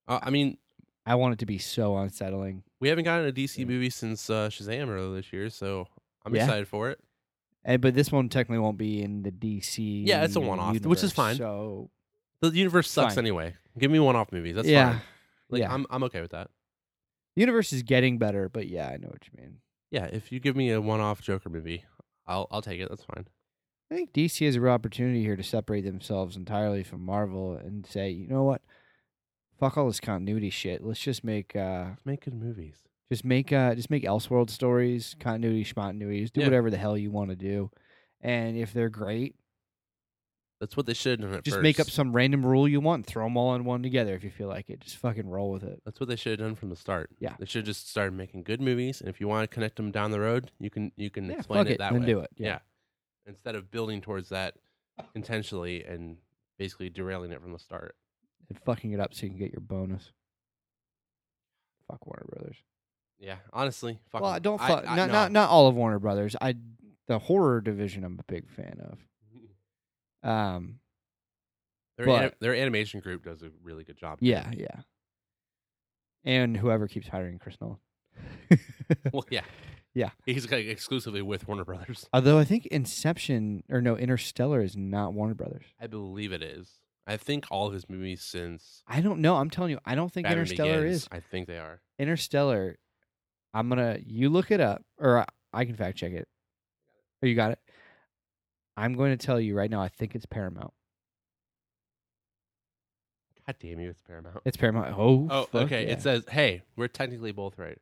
S2: Uh, I mean,
S1: I want it to be so unsettling.
S2: we haven't gotten a DC
S1: Yeah.
S2: movie since uh, Shazam earlier this year, so I'm
S1: Yeah.
S2: excited for it.
S1: And, but this one technically won't be in the DC.
S2: Yeah, it's a one-off, which
S1: universe,
S2: is fine.
S1: So
S2: The universe sucks
S1: Fine.
S2: anyway. Give me one-off movies. That's
S1: yeah,
S2: fine. Like
S1: yeah.
S2: I'm I'm okay with that.
S1: the universe is getting better, but yeah, I know what you mean.
S2: Yeah, if you give me a one-off Joker movie, I'll I'll take it. That's fine.
S1: I think DC has a real opportunity here to separate themselves entirely from Marvel and say, you know what, fuck all this continuity shit. Let's just make uh,
S2: Make good movies.
S1: Just make uh just make Elseworld stories, continuity, schmontinuities, do
S2: Yeah.
S1: whatever the hell you want to do. And if they're great,
S2: That's what they should have done at
S1: just
S2: first.
S1: make up some random rule you want, throw them all in one together if you feel like it. Just fucking roll with it.
S2: That's what they should have done from the start.
S1: Yeah.
S2: they should have just started making good movies, and if you want to connect them down the road, you can you can
S1: yeah,
S2: explain
S1: fuck
S2: it,
S1: it,
S2: that
S1: then
S2: way.
S1: do it.
S2: Yeah.
S1: Yeah.
S2: instead of building towards that intentionally and basically derailing it from the start.
S1: And fucking it up so you can get your bonus. Fuck Warner Brothers.
S2: Yeah, honestly, fuck
S1: well,
S2: 'em.
S1: I don't
S2: I-
S1: fuck
S2: I-
S1: not
S2: no.
S1: not not all of Warner Brothers. I the horror division I'm a big fan of. Um
S2: <laughs> Their,
S1: but-
S2: anim- their animation group does a really good job. too.
S1: yeah, yeah. And whoever keeps hiring Chris Nolan.
S2: <laughs>
S1: <laughs>
S2: well, yeah,
S1: Yeah.
S2: He's like exclusively with Warner Brothers.
S1: Although I think Inception or no, Interstellar is not Warner Brothers.
S2: I believe it is. I think all of his movies since
S1: I don't know. I'm telling you, I don't think
S2: Batman
S1: Interstellar
S2: Begins,
S1: is
S2: I think they are.
S1: Interstellar. I'm gonna you look it up, or I, I can fact check it. Oh, you got it. I'm going to tell you right now. I think it's Paramount.
S2: God damn you, it's Paramount.
S1: It's Paramount. Oh,
S2: Oh,
S1: fuck
S2: okay.
S1: yeah.
S2: It says, "Hey, we're technically both right."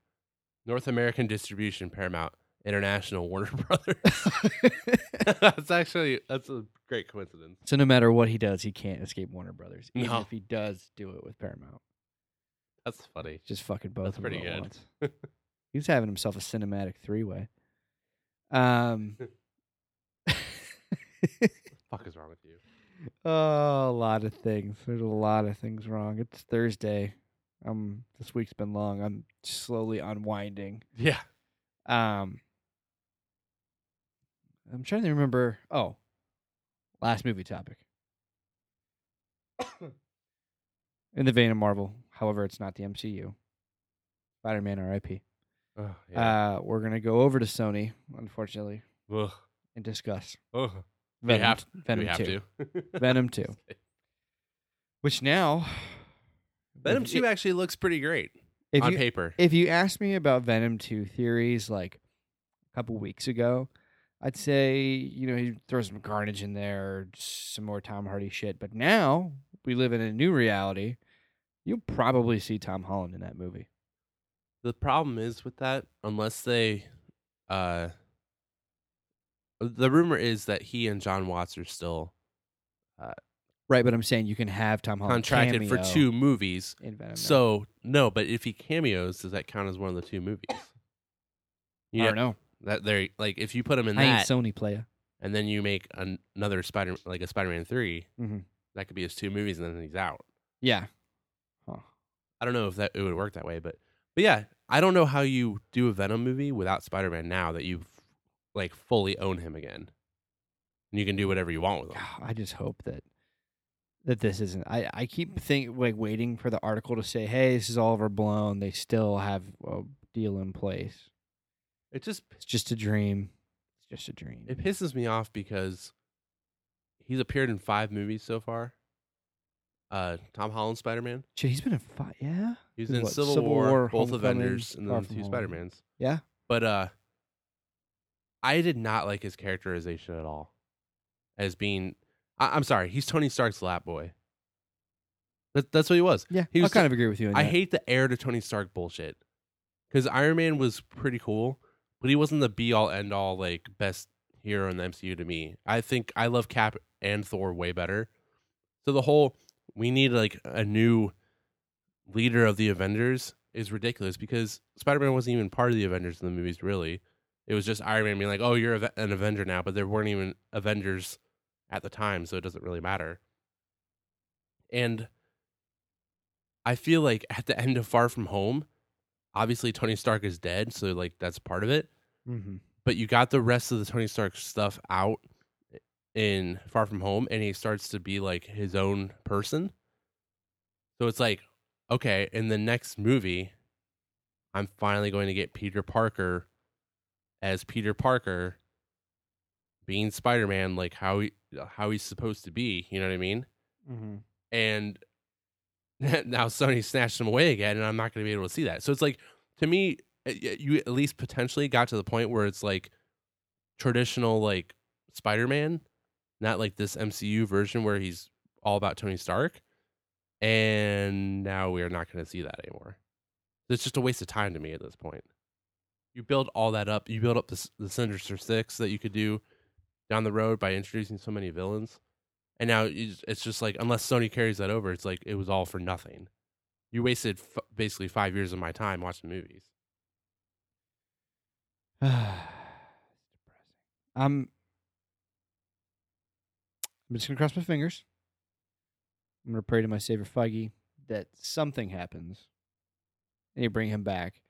S2: North American distribution, Paramount International, Warner <laughs>
S1: <laughs>
S2: Brothers. that's actually that's a great coincidence.
S1: so no matter what he does, he can't escape Warner Brothers. Even
S2: No.
S1: if he does do it with Paramount,
S2: That's funny.
S1: just fucking both.
S2: That's
S1: of them
S2: pretty
S1: at
S2: good.
S1: once. He was having himself a cinematic three way. Um.
S2: fuck is wrong with you?
S1: Oh, a lot of things. There's a lot of things wrong. It's Thursday. Um, this week's been long. I'm slowly unwinding.
S2: Yeah,
S1: Um, I'm trying to remember. Oh, last movie topic. <coughs> In the vein of Marvel, however, it's not the MCU. Spider-Man, R.I.P.
S2: oh, yeah.
S1: Uh, we're gonna go over to Sony, unfortunately,
S2: Ugh.
S1: and discuss
S2: Ugh. We
S1: Venom.
S2: have-
S1: Uh, Venom
S2: we have
S1: two. <laughs>
S2: to.
S1: Venom two.
S2: <laughs>
S1: Which now,
S2: Venom
S1: if-
S2: two actually looks pretty great
S1: if
S2: on
S1: you-
S2: paper.
S1: if you asked me about Venom 2 theories like a couple weeks ago, I'd say, you know, he throws some carnage in there, some more Tom Hardy shit. But now we live in a new reality. You'll probably see Tom Holland in that movie.
S2: The problem is with that, unless they, uh, the rumor is that he and John Watts are still
S1: Right, but I'm saying you can have Tom Holland
S2: contracted for
S1: Oh, cameo
S2: two movies.
S1: in Venom. now.
S2: So no, but if he cameos, does that count as one of the two movies? You
S1: I
S2: know,
S1: don't know.
S2: that they like if you put him in
S1: I ain't
S2: that,
S1: Sony player.
S2: and then you make an- another Spider like a Spider Man 3
S1: Mhm.
S2: that could be his two movies, and then he's out.
S1: Yeah. Huh.
S2: I don't know if that it would work that way, but but yeah, I don't know how you do a Venom movie without Spider Man now that you like fully own him again, and you can do whatever you want with him.
S1: God, I just hope that that this isn't. I I keep think like waiting for the article to say, "Hey, this is all overblown. They still have a deal in place.
S2: It just
S1: It's just a dream. It's just a dream."
S2: it pisses me off because he's appeared in five movies so far. Uh, Tom Holland Spider Man.
S1: Shit, he's been in fight. Yeah,
S2: He's
S1: With
S2: in
S1: what,
S2: Civil,
S1: Civil
S2: War,
S1: War,
S2: both
S1: Homecoming,
S2: Avengers, and
S1: Far
S2: then
S1: From
S2: two
S1: Home.
S2: Spider Mans.
S1: Yeah.
S2: but uh, I did not like his characterization at all as being. I, I'm sorry, he's Tony Stark's lap boy. That, that's what he was.
S1: Yeah,
S2: He
S1: I
S2: was
S1: kind
S2: t-
S1: of agree with you. on
S2: I
S1: that.
S2: hate the heir to Tony Stark bullshit. Because Iron Man was pretty cool, but he wasn't the be all end all like best hero in the MCU to me. I think I love Cap and Thor way better. So the whole we need like a new leader of the Avengers is ridiculous because Spider Man wasn't even part of the Avengers in the movies really. It was just Iron Man being like, "Oh, you're an Avenger now," but there weren't even Avengers at the time, so it doesn't really matter. And I feel like at the end of Far From Home, obviously Tony Stark is dead, so like that's part of it.
S1: Mhm.
S2: But you got the rest of the Tony Stark stuff out in Far From Home, and he starts to be like his own person. So it's like, okay, in the next movie, I'm finally going to get Peter Parker as Peter Parker being Spider Man, like how he how he's supposed to be. You know what I mean?
S1: Mhm.
S2: and <laughs> now Sony snatched him away again, and I'm not going to be able to see that. So it's like to me, y- y- you at least potentially got to the point where it's like traditional like Spider-Man, not like this MCU version where he's all about Tony Stark, and now we are not going to see that anymore. It's just a waste of time to me at this point. You build all that up. You build up the, s- the Sinister Six that you could do down the road by introducing so many villains. And now you just- it's just like, unless Sony carries that over, it's like it was all for nothing. You wasted f- basically five years of my time watching movies.
S1: <sighs> it's depressing. I'm I'm just gonna cross my fingers. I'm gonna pray to my savior Feige that something happens. And you bring him back.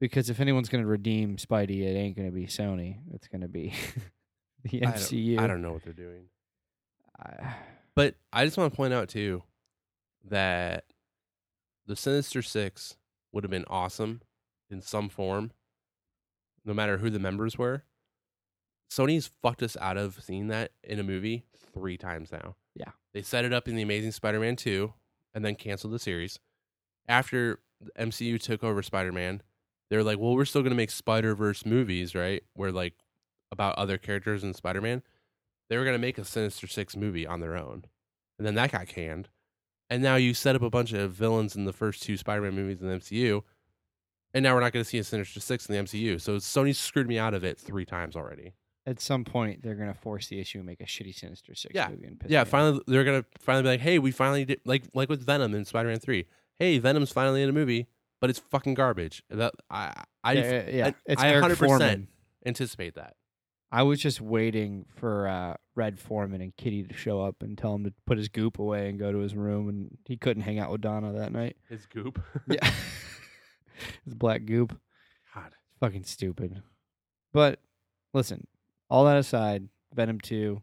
S1: Because if anyone's gonna redeem Spidey, it ain't gonna be Sony. It's gonna be <laughs> the
S2: I don't-
S1: MCU.
S2: I don't know what they're doing.
S1: I-
S2: But I just want to point out, too, that the Sinister Six would have been awesome in some form, no matter who the members were. Sony's fucked us out of seeing that in a movie three times now.
S1: Yeah.
S2: They set it up in The Amazing Spider Man 2 and then canceled the series. After the MCU took over Spider Man, they were like, well, we're still going to make Spider Verse movies, right? Where, like, about other characters in Spider Man. They were going to make a Sinister Six movie on their own. And then that got canned. And now you set up a bunch of villains in the first two Spider Man movies in the MCU. And now we're not going to see a Sinister Six in the MCU. So Sony screwed me out of it three times already.
S1: at some point they're gonna force the issue and make a shitty Sinister Six
S2: Yeah.
S1: movie and piss me
S2: yeah,
S1: off.
S2: finally they're gonna finally be like, hey, we finally did like like with Venom in Spider Man Three. Hey, Venom's finally in a movie, but it's fucking garbage. That I I
S1: yeah, yeah, yeah.
S2: I-
S1: it's
S2: I
S1: Eric
S2: 100%
S1: Foreman.
S2: anticipate that.
S1: I was just waiting for uh, Red Foreman and Kitty to show up and tell him to put his goop away and go to his room, and he couldn't hang out with Donna that
S2: <laughs>
S1: night. <laughs>
S2: His goop.
S1: Yeah, his black goop,
S2: God.
S1: fucking stupid. But listen, all that aside, Venom Two,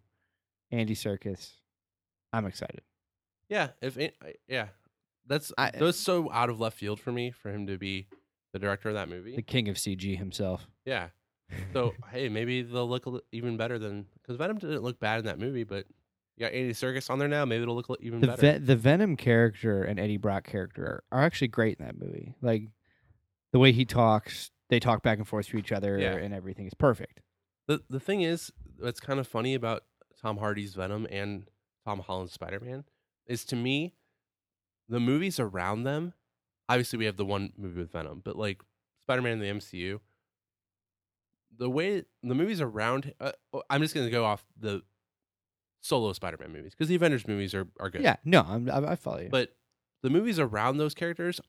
S1: Andy Circus, I'm excited.
S2: Yeah, if it, yeah, that's
S1: I-
S2: that's so out of left field for me for him to be the director of that
S1: The
S2: movie.
S1: king of CG himself.
S2: Yeah. So hey, maybe they'll look a li- even better than because Venom didn't look bad in that movie, but you got Andy Circus on there now. Maybe it'll look li- even
S1: the
S2: better.
S1: Ve- the Venom character and Eddie Brock character are, are actually great in that movie. Like the way he talks, they talk back and forth to each other,
S2: Yeah.
S1: and everything is perfect.
S2: The the thing is, that's kind of funny about Tom Hardy's Venom and Tom Holland's Spider Man is to me, the movies around them. Obviously, we have the one movie with Venom, but like Spider Man in the MCU, the way the movies around. Uh, oh, I'm just gonna go off the solo Spider Man movies because the Avengers movies are are good.
S1: Yeah, no, I'm, I, I follow you.
S2: But the movies around those characters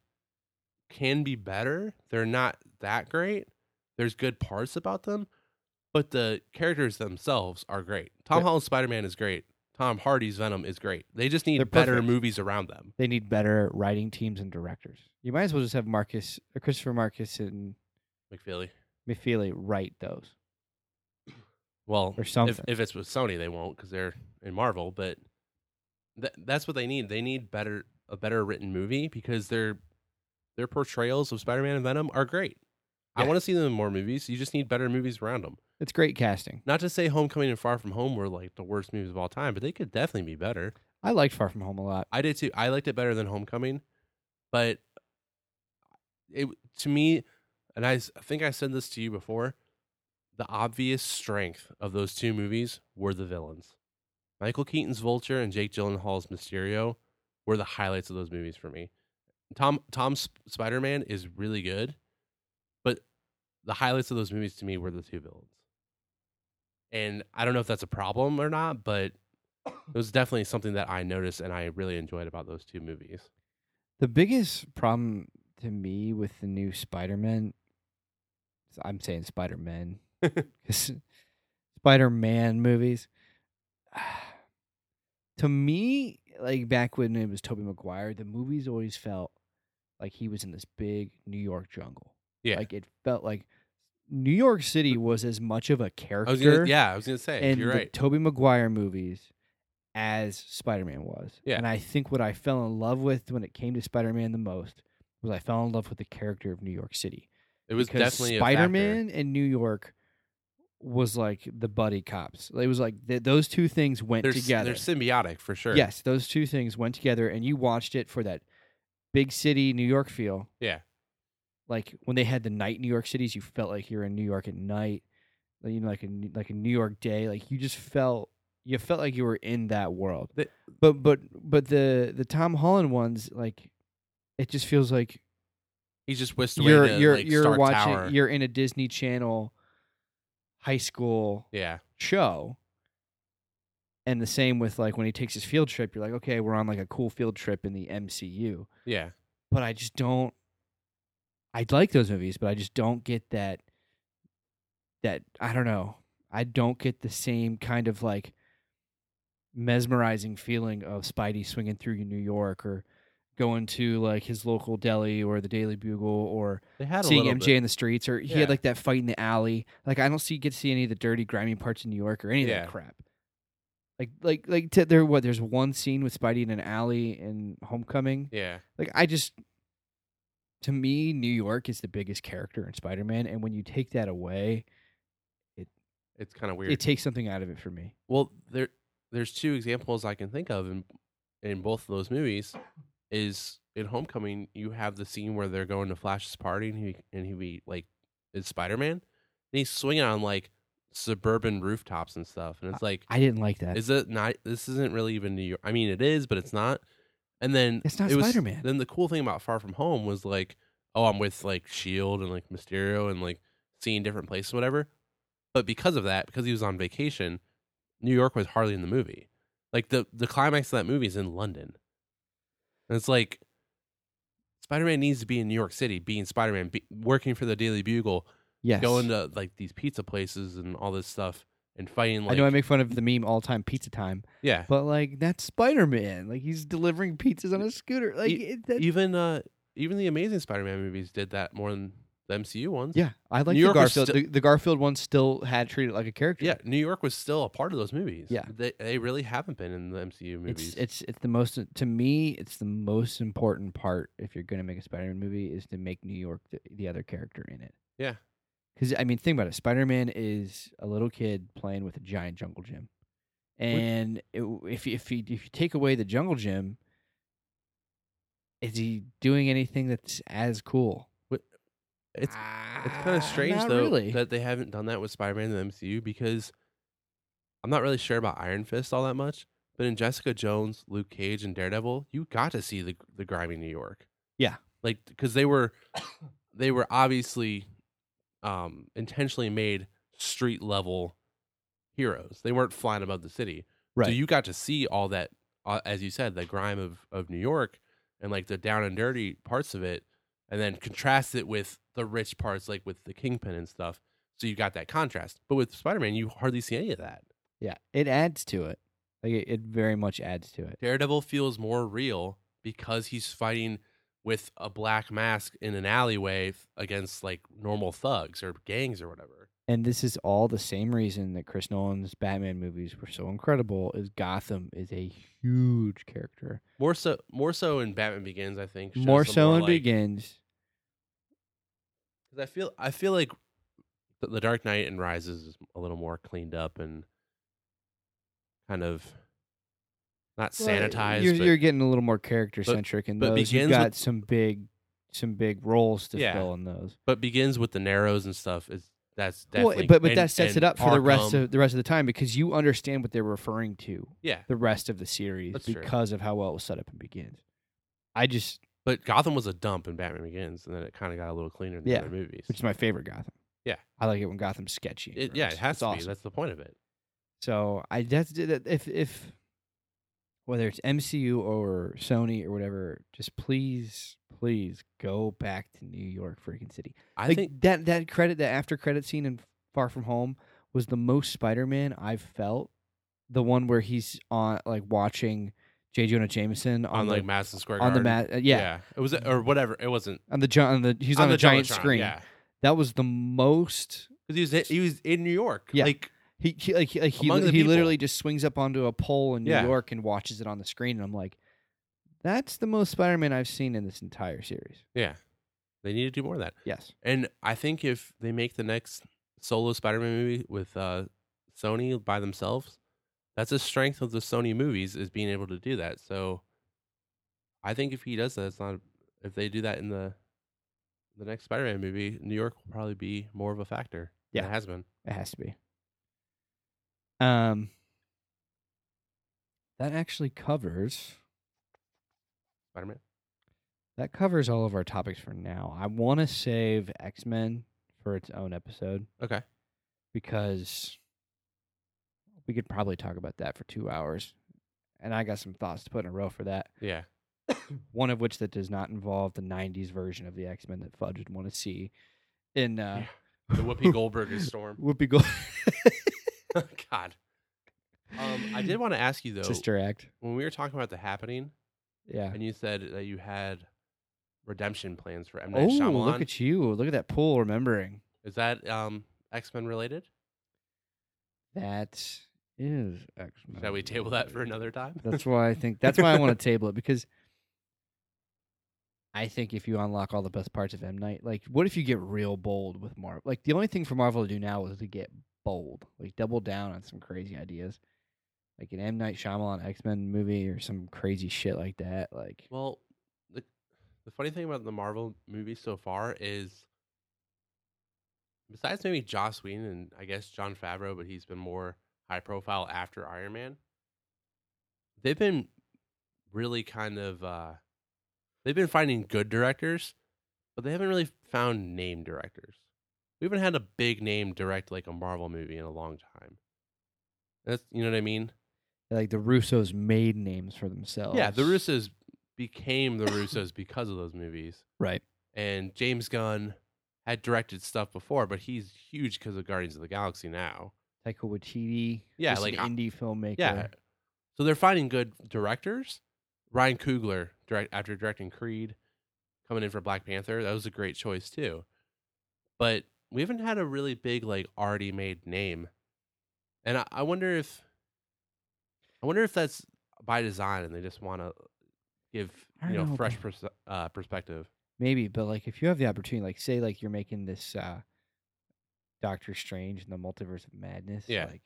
S2: can be better. They're not that great. There's good parts about them, but the characters themselves are great. Tom
S1: Yeah.
S2: Holland's Spider Man is great. Tom Hardy's Venom is great. They just need
S1: They're
S2: better
S1: perfect.
S2: movies around them.
S1: they need better writing teams and directors. You might as well just have Marcus, uh, Christopher Marcus, and
S2: McFeely.
S1: Mifili write those.
S2: Well,
S1: Or
S2: if-
S1: something.
S2: If, it's with Sony, they won't because they're in Marvel. But th- that's what they need. They need better a better written movie because their their portrayals of Spider Man and Venom are great. I
S1: Yeah.
S2: want to see them in more movies. You just need better movies around them.
S1: It's great casting.
S2: Not to say Homecoming and Far From Home were like the worst movies of all time, but they could definitely be better.
S1: I liked Far From Home a lot.
S2: I did too. I liked it better than Homecoming, but it to me, and I s- I think I said this to you before. the obvious strength of those two movies were the villains. Michael Keaton's Vulture and Jake Gyllenhaal's Mysterio were the highlights of those movies for me. Tom Tom's Spider Man is really good, but the highlights of those movies to me were the two villains. And I don't know if that's a problem or not, but it was definitely something that I noticed and I really enjoyed about those two movies.
S1: The biggest problem to me with the new Spider-Man, I'm saying
S2: <laughs>
S1: Spider-Man, because Spider-Man movies. <sighs> To me, like back when it was Tobey Maguire, the movies always felt like he was in this big New York jungle.
S2: Yeah.
S1: like it felt like New York City was as much of a character.
S2: I was gonna, yeah, I was gonna say
S1: in
S2: you're
S1: the
S2: right.
S1: Tobey Maguire movies as Spider Man was.
S2: Yeah.
S1: And I think what I fell in love with when it came to Spider Man the most was I fell in love with the character of New York City.
S2: It was
S1: Because
S2: definitely
S1: Spider
S2: a
S1: Man and New York was like the buddy cops. It was like th- those two things went
S2: factor. They're, s-
S1: together.
S2: they're symbiotic for sure.
S1: Yes, those two things went together, and you watched it for that big city New York feel.
S2: Yeah.
S1: Like when they had the night New York cities, you felt like you were in New York at night, like, you know, like a New- like a New York day. Like you just felt you felt like you were in that world.
S2: The-
S1: but but but the the Tom Holland ones, like it just feels like
S2: he's just whisked away.
S1: you're
S2: to,
S1: you're
S2: like,
S1: you're
S2: Stark
S1: watching
S2: Tower.
S1: you're in a Disney Channel high school
S2: yeah,
S1: show. And the same with like when he takes his field trip, you're like, okay, we're on like a cool field trip in the MCU.
S2: yeah.
S1: But I just don't. I like those movies, but I just don't get that. That I don't know. I don't get the same kind of like mesmerizing feeling of Spidey swinging through New York or going to like his local deli or the Daily Bugle or
S2: They had
S1: seeing
S2: a little
S1: MJ
S2: bit.
S1: in the streets, or he
S2: Yeah.
S1: had like that fight in the alley. Like I don't see get to see any of the dirty, grimy parts of New York or any of
S2: Yeah.
S1: that crap. Like like like t- there what there's one scene with Spidey in an alley in Homecoming.
S2: Yeah,
S1: Like I just to me New York is the biggest character in Spider-Man, and when you take that away,
S2: it's kind of weird.
S1: it takes something out of it for me.
S2: Well, there there's two examples I can think of in in both of those movies. Is in Homecoming you have the scene where they're going to Flash's party and he and he be like is Spider Man and he's swinging on like suburban rooftops and stuff and it's like
S1: I didn't like that.
S2: is it not this isn't really even New York I mean it is but it's not and then
S1: It's not
S2: it was-
S1: Spider-Man.
S2: then the cool thing about Far From Home was like oh I'm with like Shield and like Mysterio and like seeing different places whatever but because of that because he was on vacation New York was hardly in the movie. Like the the climax of that movie is in London. And it's like Spider Man needs to be in New York City, being Spider Man, be, working for the Daily Bugle,
S1: yes,
S2: going to like these pizza places and all this stuff, and fighting. Like,
S1: I know I make fun of the meme all time, Pizza Time,
S2: yeah.
S1: but like that's Spider-Man. Like he's delivering pizzas on a scooter. Like
S2: E-
S1: it, that,
S2: Even uh, even the Amazing Spider Man movies did that more than the MCU ones.
S1: Yeah, I like the
S2: New York was
S1: Garfield.
S2: sti-
S1: the, the Garfield one still had treated like a character.
S2: Yeah, New York was still a part of those movies.
S1: Yeah.
S2: they they really haven't been in the MCU movies.
S1: it's it's it's the most to me. It's the most important part if you're going to make a Spider-Man movie is to make New York the, the other character in it.
S2: Yeah.
S1: because I mean, think about it. Spider-Man is a little kid playing with a giant jungle gym, and it, if you- if you, if you take away the jungle gym, is he doing anything that's as cool?
S2: What- it's- It's kind
S1: Ah,
S2: of strange
S1: not
S2: though
S1: really.
S2: that they haven't done that with Spider-Man in the MCU because I'm not really sure about Iron Fist all that much. But in Jessica Jones, Luke Cage, and Daredevil, you got to see the the grimy New York.
S1: Yeah.
S2: like because they were they were obviously um, intentionally made street level heroes. They weren't flying above the city, So
S1: Right.
S2: you got to see all that, uh, as you said, the grime of of New York and like the down and dirty parts of it, and then contrast it with the rich parts, like with the kingpin and stuff. So you got that contrast. But with Spider Man, you hardly see any of that.
S1: yeah, it adds to it. Like it, it very much adds to it.
S2: Daredevil feels more real because he's fighting with a black mask in an alleyway f- against like normal thugs or gangs or whatever.
S1: And this is all the same reason that Chris Nolan's Batman movies were so incredible is Gotham is a huge character.
S2: More so, more so in Batman Begins, I think. shows
S1: more
S2: some
S1: so in
S2: like-
S1: Begins.
S2: Because I feel I feel like th- the Dark Knight and Rises is a little more cleaned up and kind of not sanitized.
S1: You're,
S2: but
S1: you're getting a little more character centric in
S2: but
S1: those.
S2: Begins
S1: You've
S2: with-
S1: got some big some big roles to
S2: Yeah.
S1: fill in those.
S2: but begins with the narrows and stuff is That's
S1: Well,
S2: definitely.
S1: but but
S2: and-
S1: that sets it
S2: and
S1: up for the
S2: Arkham-
S1: rest of the rest of the time because you understand what they're referring to
S2: yeah.
S1: the rest of the series
S2: That's true.
S1: because of how well it was set up and begins. I just,
S2: But Gotham was a dump in Batman Begins, and then it kind of got a little cleaner in the
S1: Yeah.
S2: other movies.
S1: which is my favorite Gotham.
S2: Yeah.
S1: I like it when Gotham's sketchy. and
S2: It- yeah,
S1: gross.
S2: it has
S1: It's
S2: to be.
S1: awesome.
S2: That's the point of it.
S1: So I that's that- if if whether it's MCU or Sony or whatever, just please, please go back to New York freaking city.
S2: I
S1: like
S2: think
S1: that that credit that after credit scene in Far From Home was the most Spider Man I've felt. The one where he's on like watching J. Jonah Jameson on,
S2: on
S1: the
S2: like Madison Square
S1: on the
S2: Garden.
S1: mat, uh, yeah,
S2: it was or whatever. It wasn't
S1: on the gi- on the he's on,
S2: the
S1: a giant
S2: Jumbotron,
S1: screen.
S2: Yeah,
S1: That was the most
S2: because he was he was in New York.
S1: Yeah.
S2: like
S1: He, he like he, like, he,
S2: Among
S1: li-
S2: the
S1: he
S2: people.
S1: literally just swings up onto a pole in New
S2: Yeah.
S1: York and watches it on the screen, and I'm like, that's the most Spider-Man I've seen in this entire series.
S2: yeah, they need to do more of that.
S1: Yes,
S2: And I think if they make the next solo Spider-Man movie with uh, Sony by themselves, that's the strength of the Sony movies is being able to do that. So I think if he does that, it's not if they do that in the the next Spider-Man movie, New York will probably be more of a factor. than
S1: Yeah.
S2: it has been.
S1: it has to be. Um, that actually covers
S2: Spider-Man.
S1: that covers all of our topics for now. I want to save X-Men for its own episode
S2: Okay.
S1: because we could probably talk about that for two hours, and I got some thoughts to put in a row for that.
S2: Yeah.
S1: one of which that does not involve the 90s version of the X-Men that Fudge would want to see in uh
S2: <laughs> The
S1: <laughs>
S2: Whoopi Goldberg is Storm. <laughs>
S1: Whoopi Gold-
S2: God. Um,
S1: <laughs>
S2: I did want to ask you though,
S1: Sister Act.
S2: when we were talking about the happening,
S1: Yeah.
S2: and you said that you had redemption plans for M
S1: Oh,
S2: Night Shyamalan.
S1: look at you. Look at that pool remembering.
S2: Is that um, X Men related?
S1: That is X-Men.
S2: Shall we table that for another time?
S1: That's why I think that's why I want to table it because I think if you unlock all the best parts of M Night, like what if you get real bold with Marvel? Like the only thing for Marvel to do now is to get bold, like double down on some crazy ideas, like an M Night Shyamalan X Men movie or some crazy shit like that. Like
S2: <laughs> well, the, the funny thing about the Marvel movies so far is, besides maybe Joss Whedon and I guess John Favreau, but he's been more high profile after Iron Man. They've been really kind of uh, they've been finding good directors, but they haven't really found name directors. We haven't had a big name direct like a Marvel movie in a long time. That's you know what I mean.
S1: like the Russos made names for themselves.
S2: Yeah, the Russos became the Russos because of those movies.
S1: Right.
S2: And James Gunn had directed stuff before, but he's huge because of Guardians of the Galaxy now.
S1: Taika Waititi.
S2: Yeah,
S1: just an
S2: like, I-
S1: indie filmmaker.
S2: Yeah. So they're finding good directors. Ryan Coogler, direct after directing Creed, coming in for Black Panther, that was a great choice too. But we haven't had a really big like already made name, and I, I wonder if, I wonder if that's by design and they just want to give
S1: I
S2: you know,
S1: don't know,
S2: fresh
S1: bro.
S2: pers- uh, perspective.
S1: Maybe, but like if you have the opportunity, like say like you're making this uh Doctor Strange and the Multiverse of Madness,
S2: Yeah.
S1: like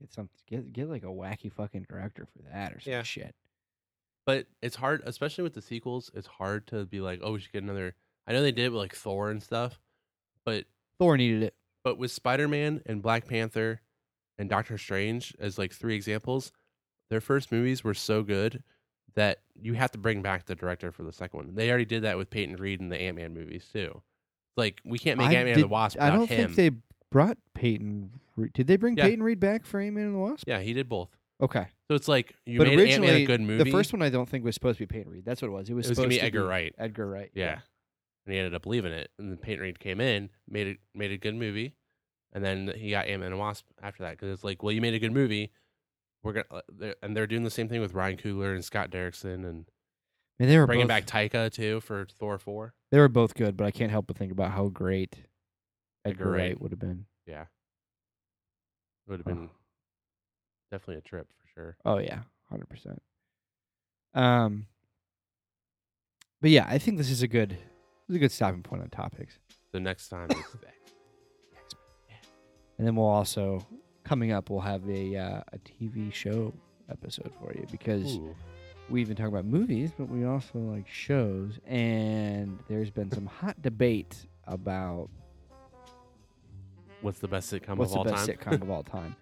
S1: get some get get like a wacky fucking director for that or some
S2: Yeah.
S1: shit.
S2: But it's hard, especially with the sequels. It's hard to be like, oh, we should get another. I know they did it with like Thor and stuff, but
S1: Thor needed it.
S2: but with Spider Man and Black Panther and Doctor Strange as like three examples, their first movies were so good that you have to bring back the director for the second one. They already did that with Peyton Reed in the Ant Man movies too. Like we can't make
S1: I
S2: Ant Man and
S1: did-
S2: the Wasp
S1: I
S2: without
S1: don't
S2: him.
S1: think they brought Peyton. Re- Did they bring
S2: Yeah.
S1: Peyton Reed back for Ant Man and the Wasp?
S2: yeah, he did both.
S1: Okay,
S2: So it's like you
S1: but
S2: made Ant Man
S1: originally
S2: a good movie.
S1: the first one I don't think was supposed to be Peyton Reed. That's what it was. It was,
S2: it was gonna
S1: supposed
S2: be
S1: to
S2: Edgar Wright.
S1: Edgar Wright.
S2: Yeah. And he ended up leaving it. And then Peyton Reed came in, made it made a good movie, and then he got Ant Man and Wasp after that because it's like, well, you made a good movie. We're gonna uh, they're, and they're doing the same thing with Ryan Coogler and Scott Derrickson and
S1: and they were
S2: bringing
S1: both,
S2: back Taika too for Thor four.
S1: They were both good, but I can't help but think about how great Edgar,
S2: Edgar
S1: Wright,
S2: Wright.
S1: would have been.
S2: Yeah, it would have
S1: Oh.
S2: been definitely a trip for sure.
S1: Oh yeah, hundred percent. Um, but yeah, I think this is a good, this is a good stopping point on topics,
S2: The next time,
S1: <laughs>
S2: it's
S1: and then we'll also coming up, we'll have a uh, a TV show episode for you because
S2: Ooh.
S1: we've been talking about movies, but we also like shows, and there's been some hot debate about
S2: what's the best sitcom
S1: What's
S2: of all
S1: the best
S2: time?
S1: sitcom
S2: <laughs>
S1: of all time?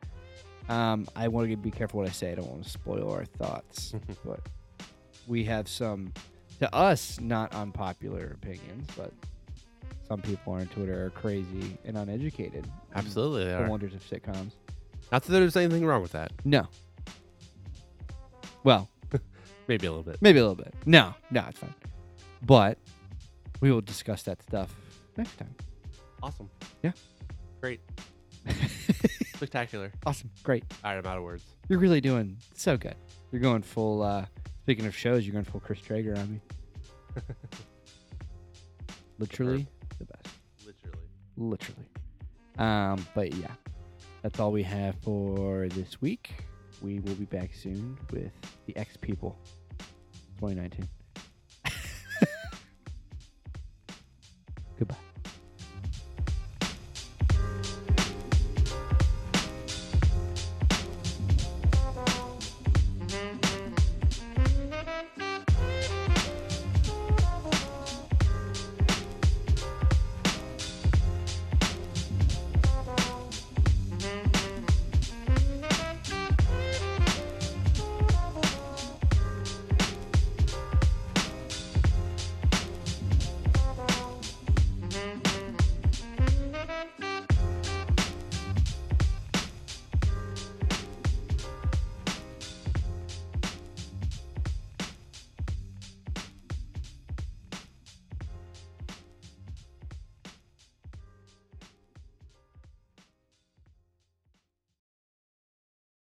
S1: Um, I want to be careful what I say. I don't want to spoil our
S2: <laughs>
S1: thoughts, but we have some, to us, not unpopular opinions. But some people on Twitter are crazy and uneducated. on
S2: Absolutely, they
S1: the
S2: are.
S1: wonders of sitcoms.
S2: Not that there's anything wrong with that.
S1: No. Well,
S2: Maybe a little bit.
S1: maybe a little bit. No, no, it's fine. But we will discuss that stuff next time.
S2: Awesome.
S1: Yeah.
S2: Great. <laughs> Spectacular.
S1: Awesome, great.
S2: All right, I'm out of words.
S1: You're really doing so good. You're going full. uh Speaking of shows, you're going full Chris Traeger on me. Literally the best.
S2: Literally.
S1: Literally. Um, but yeah, that's all we have for <laughs> this week. We will be back soon with the X People 2019.